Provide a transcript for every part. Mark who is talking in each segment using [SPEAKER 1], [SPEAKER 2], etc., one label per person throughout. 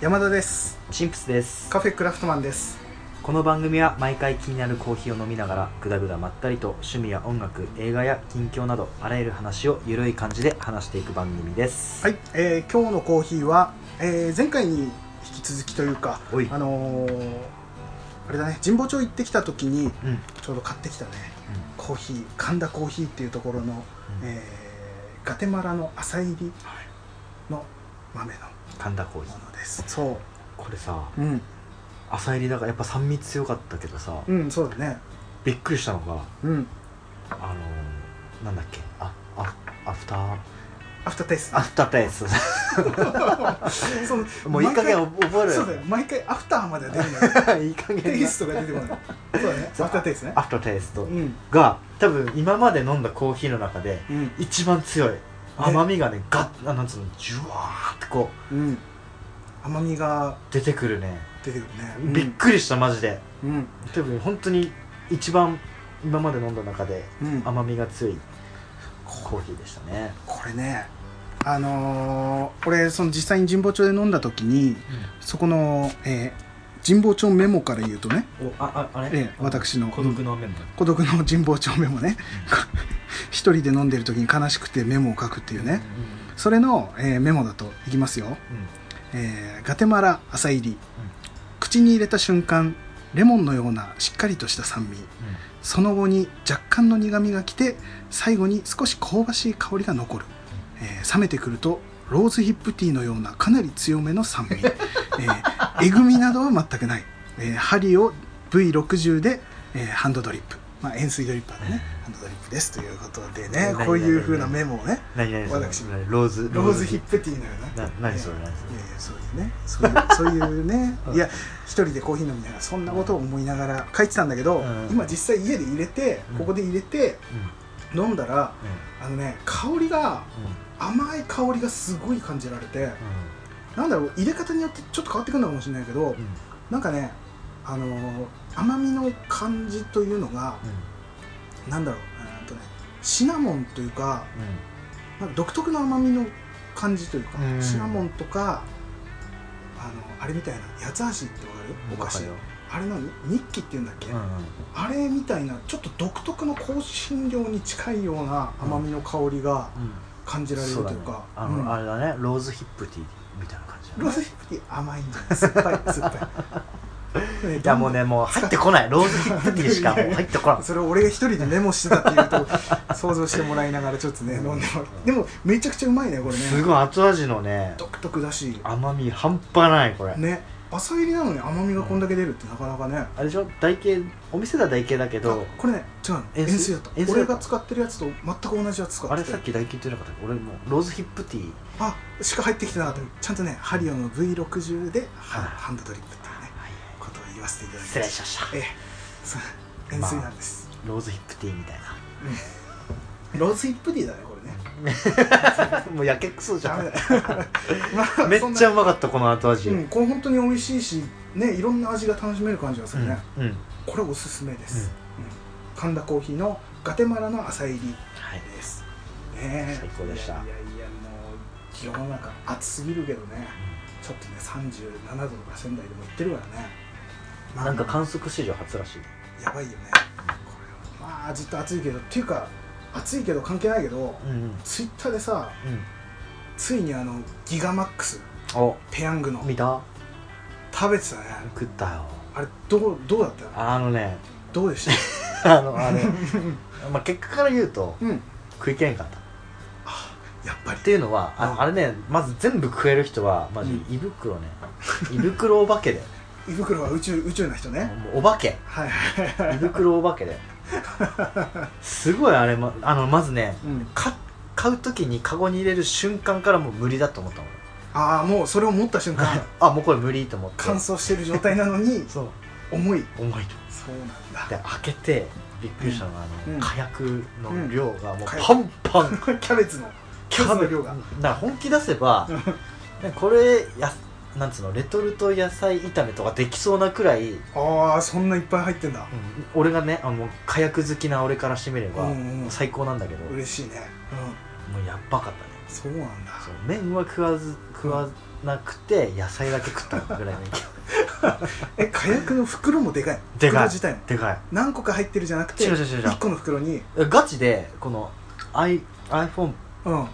[SPEAKER 1] 山田です
[SPEAKER 2] チンプスです
[SPEAKER 1] カフェクラフトマンです
[SPEAKER 2] この番組は毎回気になるコーヒーを飲みながらぐだぐだまったりと趣味や音楽映画や近況などあらゆる話をゆるい感じで話していく番組です、
[SPEAKER 1] はい、えー今日のコーヒーは、えー前回に引き続きというか
[SPEAKER 2] おい
[SPEAKER 1] あのーあれだね神保町行ってきた時に
[SPEAKER 2] うん
[SPEAKER 1] ちょうど買ってきたねコーヒー神田コーヒーっていうところの、
[SPEAKER 2] うん
[SPEAKER 1] えーガテマラの朝入りの豆の
[SPEAKER 2] 神田コーヒー
[SPEAKER 1] ものですそ
[SPEAKER 2] これさ
[SPEAKER 1] ううん
[SPEAKER 2] 朝入りだからやっぱ酸味強かったけどさ、
[SPEAKER 1] うんそうだね
[SPEAKER 2] びっくりしたのが
[SPEAKER 1] うん
[SPEAKER 2] あのー、なんだっけああアフター
[SPEAKER 1] アフターテイスト
[SPEAKER 2] アフターテイス
[SPEAKER 1] その
[SPEAKER 2] トもういい加減
[SPEAKER 1] 毎
[SPEAKER 2] 覚え
[SPEAKER 1] 回
[SPEAKER 2] ろ
[SPEAKER 1] そう
[SPEAKER 2] よ
[SPEAKER 1] だよ毎回アフターまでは出るんだ よ
[SPEAKER 2] いい加減
[SPEAKER 1] テ
[SPEAKER 2] な
[SPEAKER 1] イストが出てこないそうだねア
[SPEAKER 2] そう
[SPEAKER 1] フターテイストね
[SPEAKER 2] アフターテイスト
[SPEAKER 1] うん
[SPEAKER 2] が多分今まで飲んだコーヒーの中で
[SPEAKER 1] うん
[SPEAKER 2] 一番強い甘みがねガッあなんつうのジュワーってこう
[SPEAKER 1] うん甘みが
[SPEAKER 2] 出てくるね、
[SPEAKER 1] 出てくるね
[SPEAKER 2] びっくりしたマジで
[SPEAKER 1] うん
[SPEAKER 2] 多分本当に一番今まで飲んだ中で
[SPEAKER 1] うん
[SPEAKER 2] 甘みが強いコーヒーでしたね、
[SPEAKER 1] これねあのー、俺その実際に神保町で飲んだ時にそこの、えー神保町メモから言うとね
[SPEAKER 2] おあああれ、
[SPEAKER 1] ええ私の
[SPEAKER 2] 孤独のメンバー
[SPEAKER 1] 孤独の神保町メモね 一人で飲んでる時に悲しくてメモを書くっていう
[SPEAKER 2] うん
[SPEAKER 1] ねそれの、えーメモだといきますよ、
[SPEAKER 2] うん
[SPEAKER 1] えーガテマラ朝入り、口に入れた瞬間レモンのようなしっかりとした酸味その後に若干の苦みがきて最後に少し香ばしい香りが残る、えー冷めてくるとローズヒップティーのようなかなり強めの酸味、えーえぐみなどは全くない、えー針を V60 で、えーハンドドリップ、まあ、塩水ドリッパーでねハンドドリップですということでねこういう風なメモをね
[SPEAKER 2] 何何それ
[SPEAKER 1] 私
[SPEAKER 2] 何ローズ
[SPEAKER 1] ローズヒッ
[SPEAKER 2] プ
[SPEAKER 1] プティーのような
[SPEAKER 2] な何それ何そ
[SPEAKER 1] い
[SPEAKER 2] れ
[SPEAKER 1] やいやそういうねそういうそういうね
[SPEAKER 2] うん
[SPEAKER 1] いや一人でコーヒー飲みながらそんなことを思いながら書いてたんだけど、
[SPEAKER 2] うん
[SPEAKER 1] 今実際家で入れて
[SPEAKER 2] うん
[SPEAKER 1] ここで入れて
[SPEAKER 2] うん
[SPEAKER 1] 飲んだら
[SPEAKER 2] うん
[SPEAKER 1] あのね香りが
[SPEAKER 2] うん
[SPEAKER 1] 甘い香りがすごい感じられて
[SPEAKER 2] う
[SPEAKER 1] なんだろう入れ方によってちょっと変わってくるのかもしれないけど
[SPEAKER 2] んうん
[SPEAKER 1] なんかねあのー甘みの感じというのがなんだろうえーっとねシナモンというかなんか独特の甘みの感じというか、
[SPEAKER 2] うん
[SPEAKER 1] シナモンとかあのあれみたいな八つ橋ってわかる
[SPEAKER 2] うん
[SPEAKER 1] お菓子
[SPEAKER 2] わか
[SPEAKER 1] あれなのニッキっていうんだっけ、
[SPEAKER 2] るようんうん
[SPEAKER 1] あれみたいなちょっと独特の香辛料に近いような甘みの香りが
[SPEAKER 2] うん
[SPEAKER 1] 感じられるというか、
[SPEAKER 2] そうだねあの、
[SPEAKER 1] うん
[SPEAKER 2] あれだねローズヒップティーみたいな感じだね
[SPEAKER 1] ローズヒップティー甘いんじゃない酸っぱい酸っ ぱい
[SPEAKER 2] いやもうねもう入ってこないローズヒップティーしかもう入ってこない
[SPEAKER 1] それを俺が一人でメモしてたっていうと想像してもらいながらちょっとね飲んでもらってでもめちゃくちゃうまいねこれね
[SPEAKER 2] すごい後味のね
[SPEAKER 1] 独特だし
[SPEAKER 2] 甘み半端ないこれ、
[SPEAKER 1] ね朝入りなのに甘みがこんだけ出るってなかなかね、
[SPEAKER 2] あれでしょ台形お店では台形だけど
[SPEAKER 1] あこれね違うの塩
[SPEAKER 2] 塩水
[SPEAKER 1] 水だった
[SPEAKER 2] 塩水だ
[SPEAKER 1] 俺
[SPEAKER 2] った
[SPEAKER 1] が使ってるやつと全く同じやつ使って
[SPEAKER 2] あ
[SPEAKER 1] て
[SPEAKER 2] れさっき台形って言ってなかったっけ俺もうローズヒップティー
[SPEAKER 1] あしか入ってきてなかったちゃんとねハリオの V60 でハ
[SPEAKER 2] はい
[SPEAKER 1] ハンドドリップっていうねことを言わせていただきま
[SPEAKER 2] 失礼しました
[SPEAKER 1] ええそう塩水なんです、
[SPEAKER 2] ローズヒップティーみたいな
[SPEAKER 1] ローズヒップティーだねこれね
[SPEAKER 2] もうやけくそじゃ
[SPEAKER 1] ダメ
[SPEAKER 2] ん
[SPEAKER 1] だ まあ
[SPEAKER 2] めっ
[SPEAKER 1] そんな
[SPEAKER 2] ちゃうまかったこの後味
[SPEAKER 1] うん、これ本当に美味しいしねいろんな味が楽しめる感じがするね、
[SPEAKER 2] うんうん
[SPEAKER 1] これおすすめです、うん神田コーヒーのガテマラの朝入り
[SPEAKER 2] はい
[SPEAKER 1] ですねえ
[SPEAKER 2] 最高でした
[SPEAKER 1] いやいやいやもう世の中暑すぎるけどねちょっとね37度とか仙台でも行ってるからね、まあ
[SPEAKER 2] なんか観測史上初らしい
[SPEAKER 1] やばいよねこれはまあずっと暑いけどっていうか暑いけど関係ないけど、
[SPEAKER 2] うんうん
[SPEAKER 1] ツイッターでさ
[SPEAKER 2] うん
[SPEAKER 1] ついにあのギガマックス
[SPEAKER 2] お
[SPEAKER 1] ペヤングの
[SPEAKER 2] 見た
[SPEAKER 1] 食べてたね
[SPEAKER 2] 食ったよ
[SPEAKER 1] あれどうどうだった
[SPEAKER 2] あのね
[SPEAKER 1] どうでした
[SPEAKER 2] あのあれ まあ結果から言うと
[SPEAKER 1] うん
[SPEAKER 2] 食いきれんかったっ
[SPEAKER 1] やっぱり
[SPEAKER 2] ていうのはあ,、
[SPEAKER 1] うん
[SPEAKER 2] あれねまず全部食える人はマジ
[SPEAKER 1] うん
[SPEAKER 2] 胃袋ね、胃袋お化けで
[SPEAKER 1] 胃袋は宇宙宇宙の人ね、
[SPEAKER 2] もうお化け
[SPEAKER 1] はいはいはい
[SPEAKER 2] 胃袋お化 けですごいあれまあのまずね
[SPEAKER 1] うん、
[SPEAKER 2] か買う時にカゴに入れる瞬間からもう無理だと 思ったもん
[SPEAKER 1] ああもうそれを持った瞬間
[SPEAKER 2] あもうこれ無理と思って
[SPEAKER 1] 乾燥してる状態なのに
[SPEAKER 2] そう
[SPEAKER 1] 重い
[SPEAKER 2] 重い
[SPEAKER 1] そうなん
[SPEAKER 2] と
[SPEAKER 1] だ
[SPEAKER 2] で開けてびっくりしたのが、あの
[SPEAKER 1] うん
[SPEAKER 2] 火薬の量がもう
[SPEAKER 1] 火
[SPEAKER 2] パンパン、
[SPEAKER 1] キャベツのキャベツの量が
[SPEAKER 2] だから本気出せばねこれやなんつうのレトルト野菜炒めとかできそうなくらい、
[SPEAKER 1] ああそんないっぱい入ってんだ
[SPEAKER 2] 俺がねあの火薬好きな俺からしてみれば、
[SPEAKER 1] うんうん
[SPEAKER 2] 最高なんだけども
[SPEAKER 1] 嬉しいね
[SPEAKER 2] うやばかったね
[SPEAKER 1] うんそうなんだ
[SPEAKER 2] そう麺は食わず食わなくて野菜だけ食ったぐらいの勢い
[SPEAKER 1] え火薬の袋もでかい
[SPEAKER 2] でか
[SPEAKER 1] 袋
[SPEAKER 2] い
[SPEAKER 1] 自体も
[SPEAKER 2] でかい
[SPEAKER 1] 何個か入ってるじゃなくて
[SPEAKER 2] 違う違う違う違う
[SPEAKER 1] 1個の袋に
[SPEAKER 2] ガチでこの I iPhone
[SPEAKER 1] うん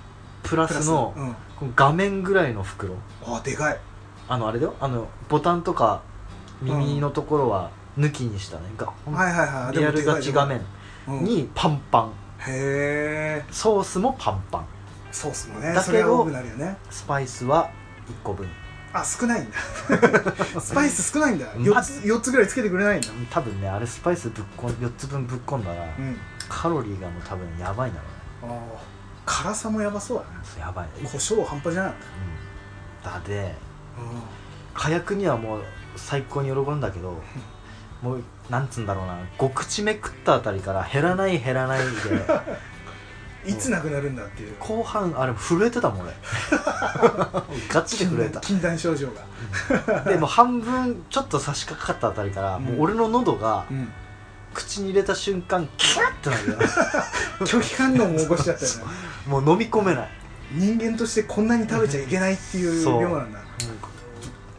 [SPEAKER 2] プラスの
[SPEAKER 1] うん、
[SPEAKER 2] この画面ぐらいの袋
[SPEAKER 1] あでかい
[SPEAKER 2] あのあれだよあのボタンとか耳のところは抜きにしたね、がほん
[SPEAKER 1] はいはいはい
[SPEAKER 2] リアルガチ画、
[SPEAKER 1] で
[SPEAKER 2] 面
[SPEAKER 1] もでかいでかいうん
[SPEAKER 2] にパンパン
[SPEAKER 1] へえ
[SPEAKER 2] ソースもパンパン
[SPEAKER 1] ソースもね
[SPEAKER 2] だけど
[SPEAKER 1] それは多くなるよね
[SPEAKER 2] スパイスは1個分
[SPEAKER 1] あ少ないんだ スパイス少ないんだ
[SPEAKER 2] うん
[SPEAKER 1] 4つ四つぐらいつけてくれないんだ
[SPEAKER 2] 多分ねあれスパイスぶっこん4つ分ぶっ込んだら、
[SPEAKER 1] うん
[SPEAKER 2] カロリーがもう多分やばいんだろ
[SPEAKER 1] あー辛さもやばそうだね
[SPEAKER 2] うねやばい、うん、
[SPEAKER 1] 胡椒半端じゃない
[SPEAKER 2] だで火薬にはもう最高に喜んだけどもうなんつうんだろうな5口目食ったあたりから減らない減らないで
[SPEAKER 1] うんいつなくなるんだっていう
[SPEAKER 2] 後半あれ震えてたもん俺ガチで震 えた
[SPEAKER 1] 禁断症状が
[SPEAKER 2] でもう半分ちょっと差し掛かったあたりから、もう俺の喉が
[SPEAKER 1] うん
[SPEAKER 2] 口に入れた瞬間 キャッてなるよ
[SPEAKER 1] 拒否反応も起こしちゃったよね
[SPEAKER 2] もう飲み込めない
[SPEAKER 1] 人間としてこんなに食べちゃいけないっていう
[SPEAKER 2] そう
[SPEAKER 1] 量なんだ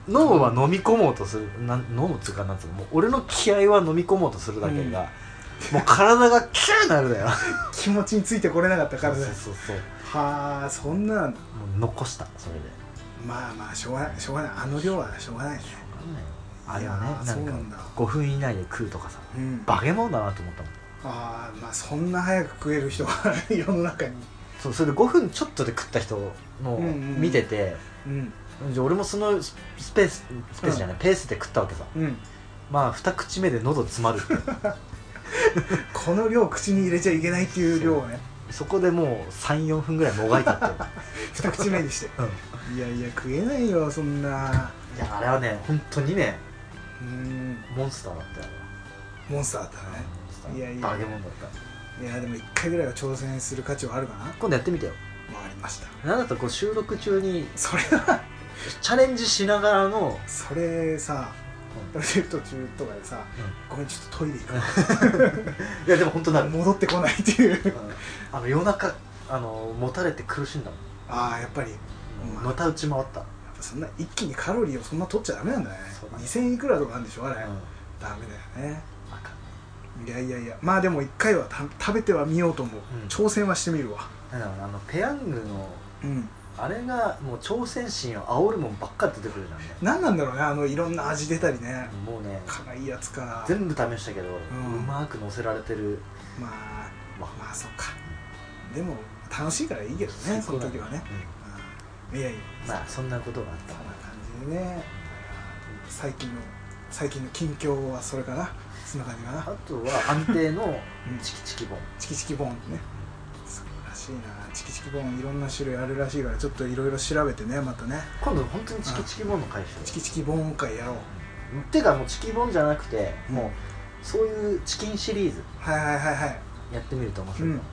[SPEAKER 2] 脳は飲み込もうとするなん飲むっつうかなんつうのもう俺の気合は飲み込もうとするだけが、
[SPEAKER 1] うん
[SPEAKER 2] もう体が キューなるだよ
[SPEAKER 1] 気持ちについてこれなかったからだ
[SPEAKER 2] そうそうそう
[SPEAKER 1] はあそんなん
[SPEAKER 2] もう残したそれで
[SPEAKER 1] まあまあしょうがないしょうがないあの量はしょうがないね
[SPEAKER 2] あれはね
[SPEAKER 1] いやー
[SPEAKER 2] な
[SPEAKER 1] そ
[SPEAKER 2] ん
[SPEAKER 1] う
[SPEAKER 2] か
[SPEAKER 1] なんだ
[SPEAKER 2] 5分以内で食うとかさ
[SPEAKER 1] うん
[SPEAKER 2] バケモンだなと思ったもん
[SPEAKER 1] ああまあそんな早く食える人が世の中に
[SPEAKER 2] そうそれで5分ちょっとで食った人
[SPEAKER 1] う
[SPEAKER 2] の
[SPEAKER 1] んうんうん
[SPEAKER 2] 見てて、
[SPEAKER 1] うん
[SPEAKER 2] じゃあ俺もそのススペーススペースじゃない、ペースで食ったわけさ
[SPEAKER 1] うん
[SPEAKER 2] まあ2口目で喉詰まるって
[SPEAKER 1] この量口に入れちゃいけないっていう量をね
[SPEAKER 2] そこでもう34分ぐらいもがいたっていう
[SPEAKER 1] 二口目にしていやいや食えないよそんない
[SPEAKER 2] やあれはね本当にね
[SPEAKER 1] うん
[SPEAKER 2] モンスターだったよ
[SPEAKER 1] モンスターだった
[SPEAKER 2] あれは
[SPEAKER 1] ね
[SPEAKER 2] モンスター
[SPEAKER 1] いやいや
[SPEAKER 2] 化け物だった
[SPEAKER 1] いやでも一回ぐらいは挑戦する価値はあるかな
[SPEAKER 2] 今度やってみてよ
[SPEAKER 1] まあありました
[SPEAKER 2] なんだったらこう収録中に
[SPEAKER 1] それは
[SPEAKER 2] チャレンジしながらの
[SPEAKER 1] それさ
[SPEAKER 2] う
[SPEAKER 1] 途中とかでさ、ごめんちょっとトイレ行くわ
[SPEAKER 2] いやでも本当なる
[SPEAKER 1] 戻ってこないって いう
[SPEAKER 2] あの夜中あの持たれて苦しんだも
[SPEAKER 1] ああやっぱりやっ
[SPEAKER 2] ん
[SPEAKER 1] うん
[SPEAKER 2] のた打ち回った、
[SPEAKER 1] ぱそんな一気にカロリーをそんな取っちゃダメなんだね
[SPEAKER 2] そうだね
[SPEAKER 1] 2000いくらとかなんでしょあれ、
[SPEAKER 2] うん
[SPEAKER 1] ダメだよね
[SPEAKER 2] あかん
[SPEAKER 1] いやいやいやまあでも一回はた食べてはみようと思う、
[SPEAKER 2] うん
[SPEAKER 1] 挑戦はしてみるわ
[SPEAKER 2] なんだろうなあのペヤングの
[SPEAKER 1] うん
[SPEAKER 2] あれがもう挑戦心を煽るもんばっか出てくるじゃんね
[SPEAKER 1] 何なんだろうねあのいろんな味出たりね
[SPEAKER 2] もうね
[SPEAKER 1] 辛いやつから
[SPEAKER 2] 全部試したけど、うんまく乗せられてる
[SPEAKER 1] まあ
[SPEAKER 2] わ
[SPEAKER 1] まあそっかでも楽しいからいいけどねその時はね、うん、いやいや
[SPEAKER 2] うんまあそんなことがあっ
[SPEAKER 1] そ
[SPEAKER 2] た
[SPEAKER 1] んな感じでね最近の最近の近況はそれかなそんな感じかな
[SPEAKER 2] あと は安定の
[SPEAKER 1] うん
[SPEAKER 2] チキチキボン、
[SPEAKER 1] チキチキボーンね素晴らしいなチキチキボーンいろんな種類あるらしいからちょっといろいろ調べてねまたね
[SPEAKER 2] 今度本当にチキチキボンの回
[SPEAKER 1] チ
[SPEAKER 2] 収
[SPEAKER 1] キチキボーン会やろう
[SPEAKER 2] っていうかもうチキボンじゃなくて、
[SPEAKER 1] うん
[SPEAKER 2] もうそういうチキンシリーズ
[SPEAKER 1] はいはいはいはい
[SPEAKER 2] やってみると面白いかもね、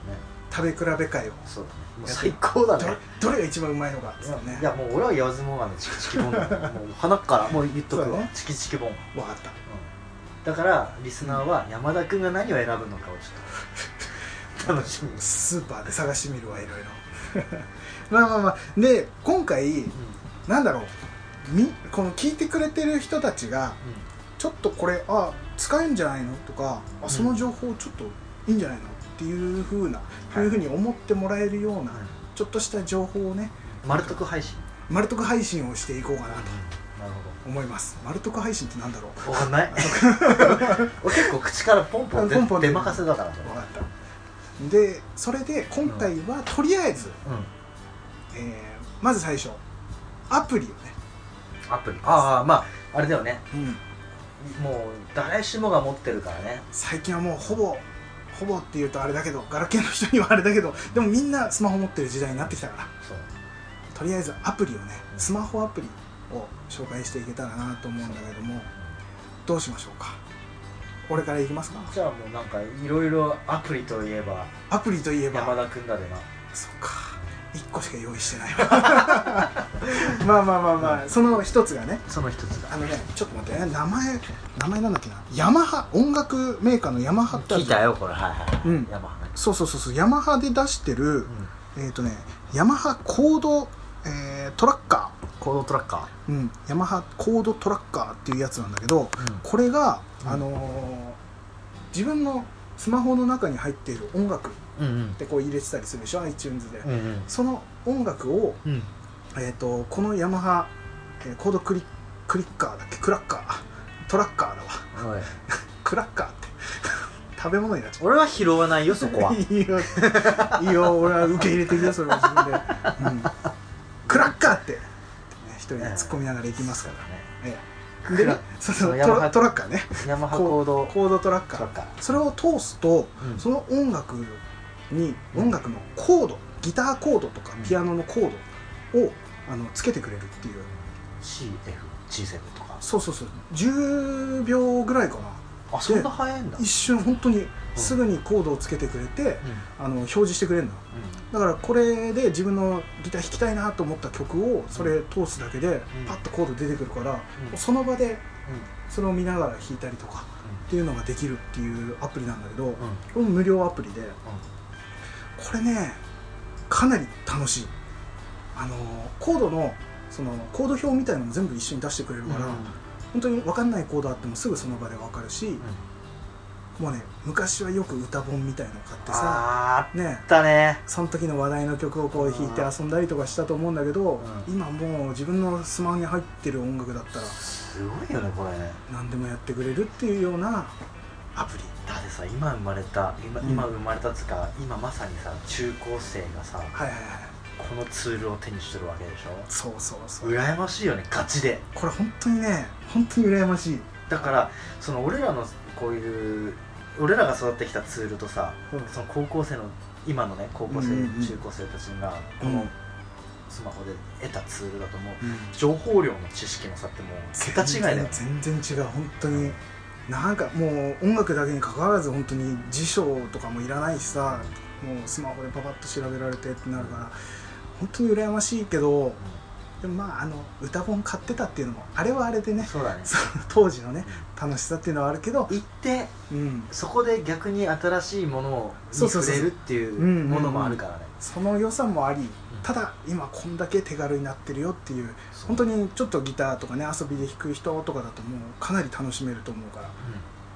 [SPEAKER 1] 食べ比べ会を
[SPEAKER 2] そうだねもう
[SPEAKER 1] やって
[SPEAKER 2] 最高だ
[SPEAKER 1] ど
[SPEAKER 2] ね
[SPEAKER 1] どれが一番うまいのかっつって
[SPEAKER 2] いや
[SPEAKER 1] ね
[SPEAKER 2] いやもう俺は言わずもがなチキチキボン だよもう鼻からもう言っとく
[SPEAKER 1] そう
[SPEAKER 2] わ、
[SPEAKER 1] だね
[SPEAKER 2] チキチキボン、うん
[SPEAKER 1] 分かった
[SPEAKER 2] だからリスナーは山田君が何を選ぶのかをち ょっと楽しみに、
[SPEAKER 1] スーパーで探してみるわいろいろ まあまあまあで今回なんだろうみこの聞いてくれてる人たちがちょっとこれあ使えんじゃないのとかあその情報ちょっといいんじゃないのっていうふうな、こういうふうに思ってもらえるような、ちょっとした情報をね
[SPEAKER 2] 丸得配信
[SPEAKER 1] 丸得配信をしていこうかなと
[SPEAKER 2] なる
[SPEAKER 1] 思います丸得配信ってなんだろう
[SPEAKER 2] ほどわかんない 俺結構口からポンポン出
[SPEAKER 1] ポンポン
[SPEAKER 2] 出まかせだから
[SPEAKER 1] 分かったでそれで今回はとりあえず、
[SPEAKER 2] うん
[SPEAKER 1] えーまず最初アプリをね、
[SPEAKER 2] アプリああまああれだよね
[SPEAKER 1] うん、
[SPEAKER 2] もう誰しもが持ってるからね
[SPEAKER 1] 最近はもうほぼほぼっていうとあれだけどガラケーの人にはあれだけどでもみんなスマホ持ってる時代になってきたから
[SPEAKER 2] そう
[SPEAKER 1] とりあえずアプリをねスマホアプリを紹介していけたらなと思うんだけどもどうしましょうか俺からいきますか
[SPEAKER 2] じゃあもうなんかいろいろアプリといえば
[SPEAKER 1] アプリといえば
[SPEAKER 2] 山田君だでな
[SPEAKER 1] そっか1個しか用意してないわ まあまあまあまあ、その一つがね
[SPEAKER 2] その一つが
[SPEAKER 1] あのねちょっと待ってね名前名前なんだっけなヤマハ音楽メーカーのヤマハってある
[SPEAKER 2] 聞いたよこれはいはい、
[SPEAKER 1] うん
[SPEAKER 2] ヤマハね
[SPEAKER 1] そうそうそうそうヤマハで出してる、えっ、とねヤマハコード、えートラッカー
[SPEAKER 2] コードトラッカ
[SPEAKER 1] うん、ヤマハコードトラッカーっていうやつなんだけど
[SPEAKER 2] ー、うん
[SPEAKER 1] これが、
[SPEAKER 2] うん
[SPEAKER 1] あのー自分のスマホの中に入っている音楽っ
[SPEAKER 2] うんうん
[SPEAKER 1] てこう入れてたりするでしょ iTunes で、
[SPEAKER 2] うんうん
[SPEAKER 1] その音楽を、
[SPEAKER 2] うん
[SPEAKER 1] えー、とこのヤマハ、えーコードクリクリッカーだっけクラッカートラッカーだわ
[SPEAKER 2] おい
[SPEAKER 1] クラッカーって 食べ物になっちゃう
[SPEAKER 2] 俺は拾わないよそこ は
[SPEAKER 1] いいよいいよ俺は受け入れてるよそれは自分で、うん、クラッカーって、ね、一人で突っ込みながら行きますから、ええでね
[SPEAKER 2] クラ
[SPEAKER 1] そうそう
[SPEAKER 2] その
[SPEAKER 1] ト
[SPEAKER 2] ヤマ
[SPEAKER 1] ラ
[SPEAKER 2] ハ
[SPEAKER 1] トラッカーね
[SPEAKER 2] ヤマハコード
[SPEAKER 1] コードトラッカ
[SPEAKER 2] トラ
[SPEAKER 1] ー
[SPEAKER 2] ッカー
[SPEAKER 1] それを通すと
[SPEAKER 2] うん
[SPEAKER 1] その音楽に
[SPEAKER 2] うん
[SPEAKER 1] 音楽のコードギターコードとか
[SPEAKER 2] うん
[SPEAKER 1] ピアノのコードをあのつけてくれるっていう
[SPEAKER 2] CFG7 とか
[SPEAKER 1] そうそうそう10秒ぐらいかな
[SPEAKER 2] あそんな早いんだ
[SPEAKER 1] 一瞬本当にすぐにコードをつけてくれて
[SPEAKER 2] うん
[SPEAKER 1] あの表示してくれるの
[SPEAKER 2] う
[SPEAKER 1] だからこれで自分のギター弾きたいなと思った曲をそれ通すだけでパッとコード出てくるから
[SPEAKER 2] んうん
[SPEAKER 1] その場でそれを見ながら弾いたりとかっていうのができるっていうアプリなんだけど、
[SPEAKER 2] うんうん
[SPEAKER 1] これも無料アプリでこれねかなり楽しいあのコードのそのコード表みたいなのも全部一緒に出してくれる
[SPEAKER 2] うん
[SPEAKER 1] から、本当に分かんないコードあってもすぐその場で分かるし、もうね昔はよく歌本みたいの買ってさ
[SPEAKER 2] あーあ
[SPEAKER 1] ね
[SPEAKER 2] ったね
[SPEAKER 1] その時の話題の曲をこう弾いて遊んだりとかしたと思うんだけど、
[SPEAKER 2] う
[SPEAKER 1] 今もう自分のスマホに入ってる音楽だったら
[SPEAKER 2] すごいよねこれ
[SPEAKER 1] 何でもやってくれるっていうようなアプリ
[SPEAKER 2] だってさ今生まれた今,、
[SPEAKER 1] うん
[SPEAKER 2] 今生まれたっつうか今まさにさ中高生がさ
[SPEAKER 1] はいはいはい
[SPEAKER 2] このツールを手にしてるわけでしょ
[SPEAKER 1] そうそうそう
[SPEAKER 2] 羨ましいよねガチで
[SPEAKER 1] これ本当にね本当に羨ましい、
[SPEAKER 2] だからその俺らのこういう俺らが育ってきたツールとさその高校生の今のね高校生、
[SPEAKER 1] うんうんうん
[SPEAKER 2] 中高生たちがこ
[SPEAKER 1] う
[SPEAKER 2] の
[SPEAKER 1] ん
[SPEAKER 2] スマホで得たツールだともう
[SPEAKER 1] うん
[SPEAKER 2] 情報量の知識の差ってもう桁違いだよね
[SPEAKER 1] 全然全然違う本当になんかもう音楽だけに関わらず本当に辞書とかもいらないしさもうスマホでパパッと調べられてってなるから本当に羨ましいけどでもまああの歌本買ってたっていうのもあれはあれでね
[SPEAKER 2] そうだね
[SPEAKER 1] その当時のね楽しさっていうのはあるけど
[SPEAKER 2] 行って
[SPEAKER 1] うん
[SPEAKER 2] そこで逆に新しいものをに
[SPEAKER 1] そうそう
[SPEAKER 2] 触
[SPEAKER 1] そう
[SPEAKER 2] れるっていう
[SPEAKER 1] うんうんうん
[SPEAKER 2] ものもあるからね
[SPEAKER 1] その良さもあり
[SPEAKER 2] うん
[SPEAKER 1] ただ今こんだけ手軽になってるよっていう
[SPEAKER 2] そう
[SPEAKER 1] 本当にちょっとギターとかね遊びで弾く人とかだともうかなり楽しめると思うから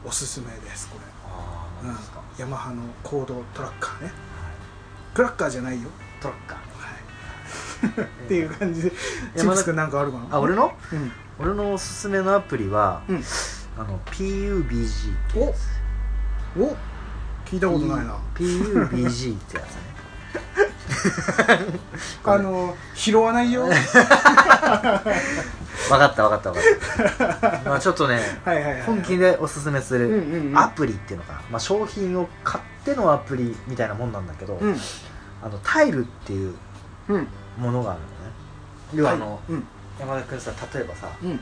[SPEAKER 2] うん
[SPEAKER 1] おすすめですこれ
[SPEAKER 2] ああマジですか、
[SPEAKER 1] ヤマハのコードトラッカーね
[SPEAKER 2] はい
[SPEAKER 1] クラッカーじゃないよ、
[SPEAKER 2] トラッカー
[SPEAKER 1] はい、っていう感じでチッ
[SPEAKER 2] 山
[SPEAKER 1] プ
[SPEAKER 2] 田
[SPEAKER 1] ス君なんかあるかな
[SPEAKER 2] あ俺の
[SPEAKER 1] うん
[SPEAKER 2] 俺のおすすめのアプリは、
[SPEAKER 1] うん
[SPEAKER 2] あの PUBG ってやつ
[SPEAKER 1] お聞いたことないな
[SPEAKER 2] P- PUBG ってやつね
[SPEAKER 1] あの拾わないよはい
[SPEAKER 2] 分かった分かった分かった まあちょっとね
[SPEAKER 1] はいはい
[SPEAKER 2] 本気でおすすめす
[SPEAKER 1] うん
[SPEAKER 2] る
[SPEAKER 1] うんうん
[SPEAKER 2] アプリっていうのかな、まあ、商品を買ってのアプリみたいなもんなんだけど、
[SPEAKER 1] うん
[SPEAKER 2] あのタイルっていう
[SPEAKER 1] うん
[SPEAKER 2] ものがあるのね要はあの、
[SPEAKER 1] うん
[SPEAKER 2] 山田君さ例えばさ
[SPEAKER 1] うん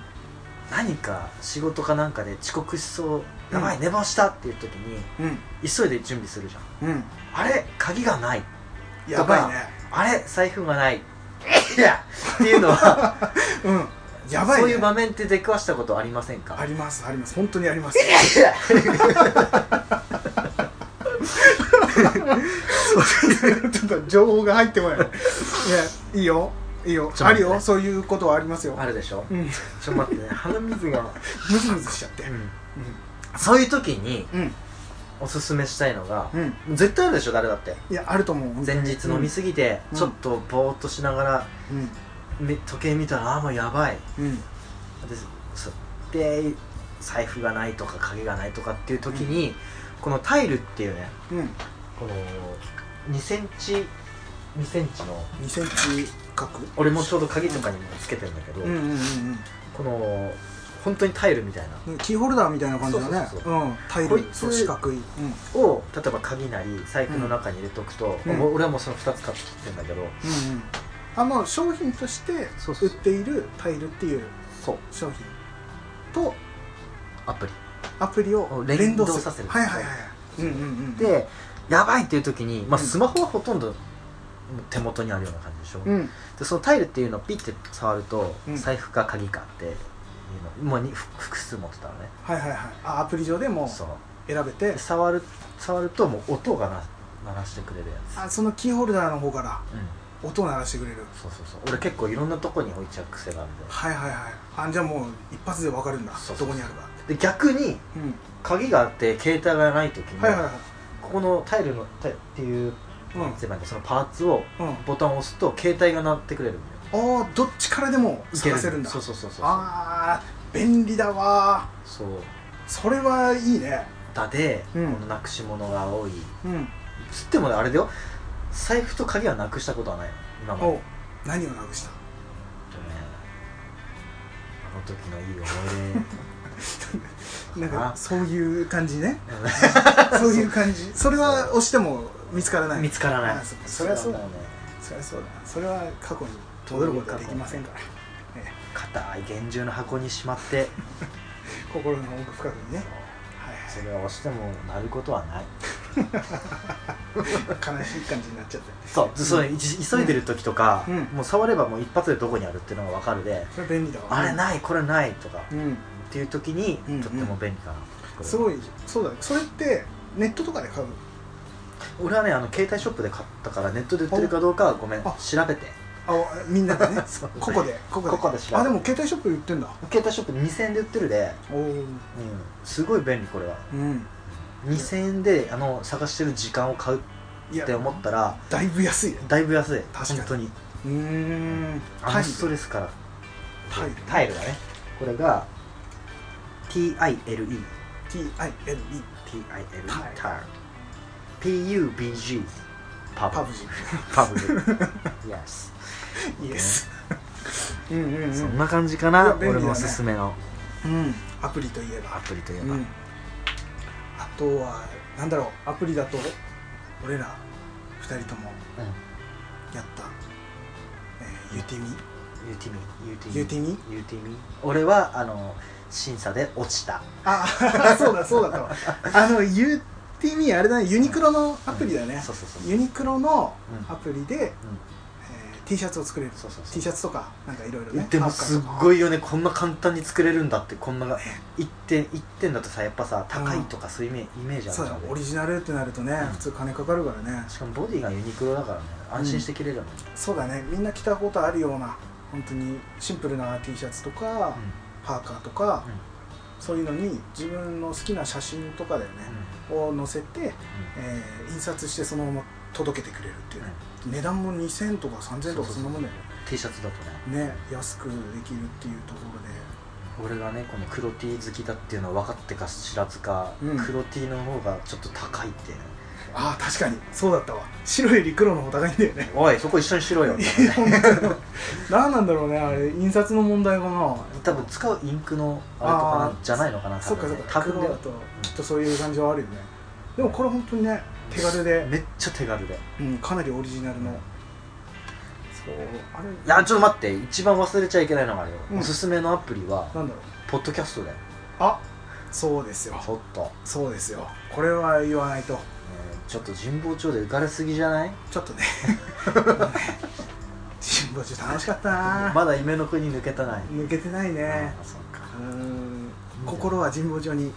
[SPEAKER 2] 何か仕事かなんかで遅刻しそ
[SPEAKER 1] う
[SPEAKER 2] う
[SPEAKER 1] ん
[SPEAKER 2] やばい寝坊したっていう時に
[SPEAKER 1] うん
[SPEAKER 2] 急いで準備するじゃん
[SPEAKER 1] うん
[SPEAKER 2] あれ鍵がない
[SPEAKER 1] やばいね
[SPEAKER 2] あれ財布がない いやっていうの は
[SPEAKER 1] うんやばいね
[SPEAKER 2] そういう場面って出くわしたことありませんか
[SPEAKER 1] ありますあります本当にありますちょっと情報が入ってこないいやいいよいいよ
[SPEAKER 2] ちょっと
[SPEAKER 1] あ
[SPEAKER 2] 待ってね
[SPEAKER 1] るよそういうことはありますよ
[SPEAKER 2] あるでしょ
[SPEAKER 1] うん
[SPEAKER 2] ちょっと待 ってね鼻水が、
[SPEAKER 1] ムズムズしちゃって
[SPEAKER 2] そういう時に
[SPEAKER 1] うんうん
[SPEAKER 2] おすすめしたいのが
[SPEAKER 1] うん
[SPEAKER 2] 絶対あるでしょ誰だって
[SPEAKER 1] いやあると思う本当に
[SPEAKER 2] 前日飲みすぎて
[SPEAKER 1] うん
[SPEAKER 2] ちょっとぼーっとしながら
[SPEAKER 1] うん
[SPEAKER 2] め時計見たらああもうやばい
[SPEAKER 1] うん
[SPEAKER 2] でそで財布がないとか鍵がないとかっていう時に、このタイルっていうね
[SPEAKER 1] うん
[SPEAKER 2] この2センチ2センチの
[SPEAKER 1] 2センチ角
[SPEAKER 2] 俺もちょうど鍵とかにもつけてるんだけど、
[SPEAKER 1] うんうんうん
[SPEAKER 2] この本当にタイルみたいな
[SPEAKER 1] うんキーホルダーみたいな感じだね
[SPEAKER 2] そうそう
[SPEAKER 1] うんタイ
[SPEAKER 2] こ
[SPEAKER 1] ル
[SPEAKER 2] いつ
[SPEAKER 1] そう四角いうん
[SPEAKER 2] を例えば鍵なり財布の中に入れとくと、
[SPEAKER 1] うん
[SPEAKER 2] もう俺はもうその2つ買ってきてんだけど、
[SPEAKER 1] うんうんあもう商品として
[SPEAKER 2] そう
[SPEAKER 1] 売
[SPEAKER 2] そう
[SPEAKER 1] っ
[SPEAKER 2] そう
[SPEAKER 1] ているタイルっていう
[SPEAKER 2] そう
[SPEAKER 1] 商品と
[SPEAKER 2] アプリ
[SPEAKER 1] アプリを連
[SPEAKER 2] 連
[SPEAKER 1] 動
[SPEAKER 2] 動
[SPEAKER 1] する
[SPEAKER 2] させる
[SPEAKER 1] はいはいはいうんうんうん
[SPEAKER 2] でやばいっていう時に、まあ、
[SPEAKER 1] うん
[SPEAKER 2] スマホはほとんど手元にあるような感じでしょ、
[SPEAKER 1] うん
[SPEAKER 2] でそのタイルっていうのをピッて触ると、
[SPEAKER 1] うん
[SPEAKER 2] 財布か鍵かっていうのもうにふ複数持ってたのね
[SPEAKER 1] はいはいはいあアプリ上でも
[SPEAKER 2] そう
[SPEAKER 1] 選べて
[SPEAKER 2] で触る触るともう音がな鳴らしてくれるやつ
[SPEAKER 1] あそのキーホルダーの方から
[SPEAKER 2] う
[SPEAKER 1] 音鳴らしてくれる
[SPEAKER 2] そうそうそう俺結構いろんなとこに置いちゃう癖があるんで
[SPEAKER 1] はいはいはいあじゃあもう一発で分かるんだ
[SPEAKER 2] そ
[SPEAKER 1] ど
[SPEAKER 2] うそうそう
[SPEAKER 1] こにあるか
[SPEAKER 2] で逆に
[SPEAKER 1] うん
[SPEAKER 2] 鍵があって携帯がない時に、
[SPEAKER 1] はいはいはい
[SPEAKER 2] ここのタイルのタイってい
[SPEAKER 1] う
[SPEAKER 2] う、
[SPEAKER 1] ん
[SPEAKER 2] なんて言えばいいんだそのパーツを
[SPEAKER 1] うん
[SPEAKER 2] ボタンを押すと携帯が鳴ってくれるんだよ
[SPEAKER 1] ああどっちからでも探せるんだ
[SPEAKER 2] そうそうそうそう
[SPEAKER 1] ああ便利だわ
[SPEAKER 2] そう
[SPEAKER 1] それはいいね
[SPEAKER 2] だで、
[SPEAKER 1] うん
[SPEAKER 2] このなくし物が多い
[SPEAKER 1] うん
[SPEAKER 2] つってもあれだよ財布と鍵はなくしたことはないの今まで
[SPEAKER 1] お
[SPEAKER 2] え
[SPEAKER 1] う何をなくした
[SPEAKER 2] っとねあの時のいい思い
[SPEAKER 1] なん
[SPEAKER 2] あ
[SPEAKER 1] かそういう感じね そうい
[SPEAKER 2] 出
[SPEAKER 1] う感じそれは押しても見つから ない
[SPEAKER 2] 見つからな
[SPEAKER 1] あ
[SPEAKER 2] い
[SPEAKER 1] そそれはそうだ
[SPEAKER 2] よね
[SPEAKER 1] そりゃそうだそれは過去に戻ることはできませんから
[SPEAKER 2] 硬い厳重な箱にしまって
[SPEAKER 1] 心の奥深くにね
[SPEAKER 2] それを押してもなることはない
[SPEAKER 1] はい悲しい感じになっちゃって
[SPEAKER 2] そうそういち急いでる時とか、
[SPEAKER 1] うん
[SPEAKER 2] もう触ればもう一発でどこにあるっていうのが分かるで、
[SPEAKER 1] それ便利だわ
[SPEAKER 2] あれないこれないとか、
[SPEAKER 1] う
[SPEAKER 2] っ
[SPEAKER 1] ん
[SPEAKER 2] ていう時に
[SPEAKER 1] うんうん
[SPEAKER 2] とっても便利かな、
[SPEAKER 1] すごいそうだそれってネットとかで買う
[SPEAKER 2] 俺はねあの携帯ショップで買ったからネットで売ってるかどうかはごめん調
[SPEAKER 1] あ
[SPEAKER 2] べて
[SPEAKER 1] あみんなでね
[SPEAKER 2] そう
[SPEAKER 1] ここでここで
[SPEAKER 2] ここで調べる
[SPEAKER 1] あでも携帯ショップで売ってんだ
[SPEAKER 2] 携帯ショップ2000円で売ってるで、
[SPEAKER 1] おお
[SPEAKER 2] うん、すごい便利これは
[SPEAKER 1] うん
[SPEAKER 2] 2000円であの探してる時間を買うっ
[SPEAKER 1] いや
[SPEAKER 2] て思ったら
[SPEAKER 1] だいぶ安いね
[SPEAKER 2] だいぶ安い
[SPEAKER 1] 確かに
[SPEAKER 2] 本当に
[SPEAKER 1] うーん
[SPEAKER 2] あ
[SPEAKER 1] タ
[SPEAKER 2] の
[SPEAKER 1] イ
[SPEAKER 2] ストレスから
[SPEAKER 1] タイル
[SPEAKER 2] タイルだねこれが TILE
[SPEAKER 1] TILE
[SPEAKER 2] TIL
[SPEAKER 1] はい
[SPEAKER 2] タイル PUBG パブ
[SPEAKER 1] パ ブジ
[SPEAKER 2] パブ Yes
[SPEAKER 1] イエス うんうんうん
[SPEAKER 2] そんな感じか
[SPEAKER 1] い
[SPEAKER 2] な
[SPEAKER 1] や便利だね
[SPEAKER 2] 俺のおすすめの
[SPEAKER 1] うんアプリといえ
[SPEAKER 2] ア
[SPEAKER 1] ば
[SPEAKER 2] プリといえ
[SPEAKER 1] う
[SPEAKER 2] ば
[SPEAKER 1] んあとはなんだろうアプリだと俺ら2人ともやったえーユーティミ
[SPEAKER 2] UTM
[SPEAKER 1] ユーティミ
[SPEAKER 2] UTM 俺はあの審査で落ちた
[SPEAKER 1] あ そうだそうだったわあのユーティミあれだねユニクロのアプリだね
[SPEAKER 2] そうそうそう
[SPEAKER 1] ユニクロの
[SPEAKER 2] うん
[SPEAKER 1] アプリで
[SPEAKER 2] うん
[SPEAKER 1] えー T シャツを作れる
[SPEAKER 2] そうそうそう
[SPEAKER 1] T シャツとかなんかいろいろね
[SPEAKER 2] でもすっ
[SPEAKER 1] い
[SPEAKER 2] ごいよねこんな簡単に作れるんだってこんな1点一点だとさやっぱさ高いとかそういうイメイメージあるじ
[SPEAKER 1] そう
[SPEAKER 2] ゃ
[SPEAKER 1] だ
[SPEAKER 2] ん
[SPEAKER 1] オリジナルってなるとね
[SPEAKER 2] うん
[SPEAKER 1] 普通金かかるからね
[SPEAKER 2] しかもボディがユニクロだからね安心して着れるもんね、
[SPEAKER 1] そうだねみんな着たことあるような本当にシンプルな T シャツとか
[SPEAKER 2] うん
[SPEAKER 1] パーカーとか
[SPEAKER 2] うん
[SPEAKER 1] そういうのに自分の好きな写真とかだよねを載せてえー印刷してそのまま届けてくれるっていうね値段も2000とか3000とかそんなもんだよね
[SPEAKER 2] T シャツだとね
[SPEAKER 1] ね安くできるっていうところで
[SPEAKER 2] 俺がねこの黒 T 好きだっていうのは分かってか知らずか、
[SPEAKER 1] うん
[SPEAKER 2] 黒 T の方がちょっと高いって
[SPEAKER 1] ああ確かにそうだったわ白より黒の方が高いんだよね
[SPEAKER 2] おいそこ一緒にしろよって
[SPEAKER 1] いや本当に何なんだろうねあれ印刷の問題かな
[SPEAKER 2] 多分使うインクのあれとかな
[SPEAKER 1] あー
[SPEAKER 2] じゃないのかな
[SPEAKER 1] そ
[SPEAKER 2] 多
[SPEAKER 1] っかそ
[SPEAKER 2] 分
[SPEAKER 1] っ
[SPEAKER 2] ね
[SPEAKER 1] か
[SPEAKER 2] 多
[SPEAKER 1] 黒
[SPEAKER 2] 分ね
[SPEAKER 1] だときっとそういう感じはあるよねでもこれ本当にね手軽で、
[SPEAKER 2] めっちゃ手軽で
[SPEAKER 1] うん、かなりオリジナルの
[SPEAKER 2] うん
[SPEAKER 1] そうあれ
[SPEAKER 2] いやちょっと待って一番忘れちゃいけないのがあるよ、
[SPEAKER 1] うん
[SPEAKER 2] おすすめのアプリは
[SPEAKER 1] なんだろう
[SPEAKER 2] ポッドキャストだよ
[SPEAKER 1] あそうですよ
[SPEAKER 2] ちょっと、ね
[SPEAKER 1] そうですよこれは言わないと
[SPEAKER 2] ちょっと神保町で浮かれすぎじゃない
[SPEAKER 1] ちょっとね 神保中楽しかったな、
[SPEAKER 2] まだ夢の国抜けたない
[SPEAKER 1] 抜けてないね
[SPEAKER 2] あそっか
[SPEAKER 1] うーん心は神保町に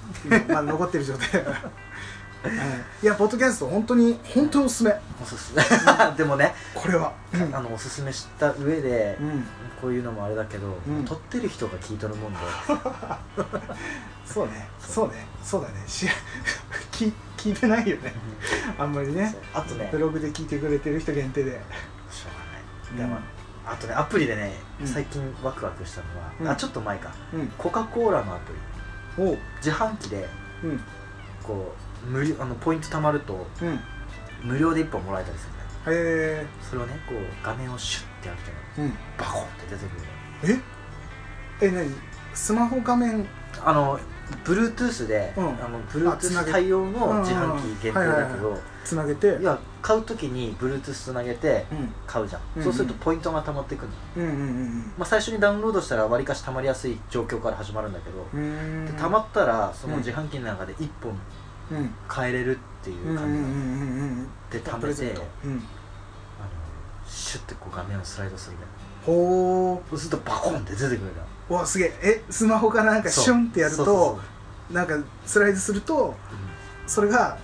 [SPEAKER 1] まだ残ってる状態 だからうんいやポッドキャスト本当に本当におすすめ
[SPEAKER 2] おすすめ でもね、
[SPEAKER 1] これはうん
[SPEAKER 2] あのおすすめした上で、
[SPEAKER 1] うん
[SPEAKER 2] こういうのもあれだけど、
[SPEAKER 1] うん
[SPEAKER 2] 撮ってる人が聞いとるもんで
[SPEAKER 1] そうねそうねそうだねし 聞聞いてないよねあんまりね
[SPEAKER 2] そうあとね
[SPEAKER 1] ブログで聞いてくれてる人限定で
[SPEAKER 2] し
[SPEAKER 1] う
[SPEAKER 2] ょうんがないでも、あとねアプリでね
[SPEAKER 1] うん
[SPEAKER 2] 最近ワクワクしたのは、
[SPEAKER 1] うん
[SPEAKER 2] あちょっと前か
[SPEAKER 1] うん
[SPEAKER 2] コカ・コーラのアプリ
[SPEAKER 1] おう
[SPEAKER 2] 自販機で
[SPEAKER 1] うん
[SPEAKER 2] こう無料あのポイント貯まると
[SPEAKER 1] うんへ
[SPEAKER 2] 無料で1本もらえたりするんだよ
[SPEAKER 1] え
[SPEAKER 2] それをねこう画面をシュッてやるとね
[SPEAKER 1] うん
[SPEAKER 2] バコンって出てくる
[SPEAKER 1] ええ何スマホ画面
[SPEAKER 2] あの Bluetooth で、
[SPEAKER 1] うん
[SPEAKER 2] あの
[SPEAKER 1] あつな
[SPEAKER 2] Bluetooth
[SPEAKER 1] げ
[SPEAKER 2] 対応の自販
[SPEAKER 1] うんうんうん
[SPEAKER 2] 機限定だ
[SPEAKER 1] はい
[SPEAKER 2] け
[SPEAKER 1] はい
[SPEAKER 2] ど
[SPEAKER 1] つなげて
[SPEAKER 2] いや買う時に Bluetooth つなげて
[SPEAKER 1] うん
[SPEAKER 2] 買うじゃん、
[SPEAKER 1] うん
[SPEAKER 2] そうするとポイントが貯まってくるの、
[SPEAKER 1] うんうんうん
[SPEAKER 2] まあ、最初にダウンロードしたらわりかし貯まりやすい状況から始まるんだけど、
[SPEAKER 1] うんう
[SPEAKER 2] で
[SPEAKER 1] ーん
[SPEAKER 2] 貯まったらその自販機の中で1本
[SPEAKER 1] うん
[SPEAKER 2] 買えれるってい
[SPEAKER 1] うんうんうん
[SPEAKER 2] う感じなの
[SPEAKER 1] うんうんプ
[SPEAKER 2] で貯
[SPEAKER 1] レ
[SPEAKER 2] め
[SPEAKER 1] ゼン
[SPEAKER 2] て
[SPEAKER 1] トうん
[SPEAKER 2] あのシュッてこう画面をスライドするね
[SPEAKER 1] ほ
[SPEAKER 2] そうするとバコンって出てくるな
[SPEAKER 1] ーうわすげええスマホがなんかシュンってやる
[SPEAKER 2] そうそう
[SPEAKER 1] となんかスライドするとそれが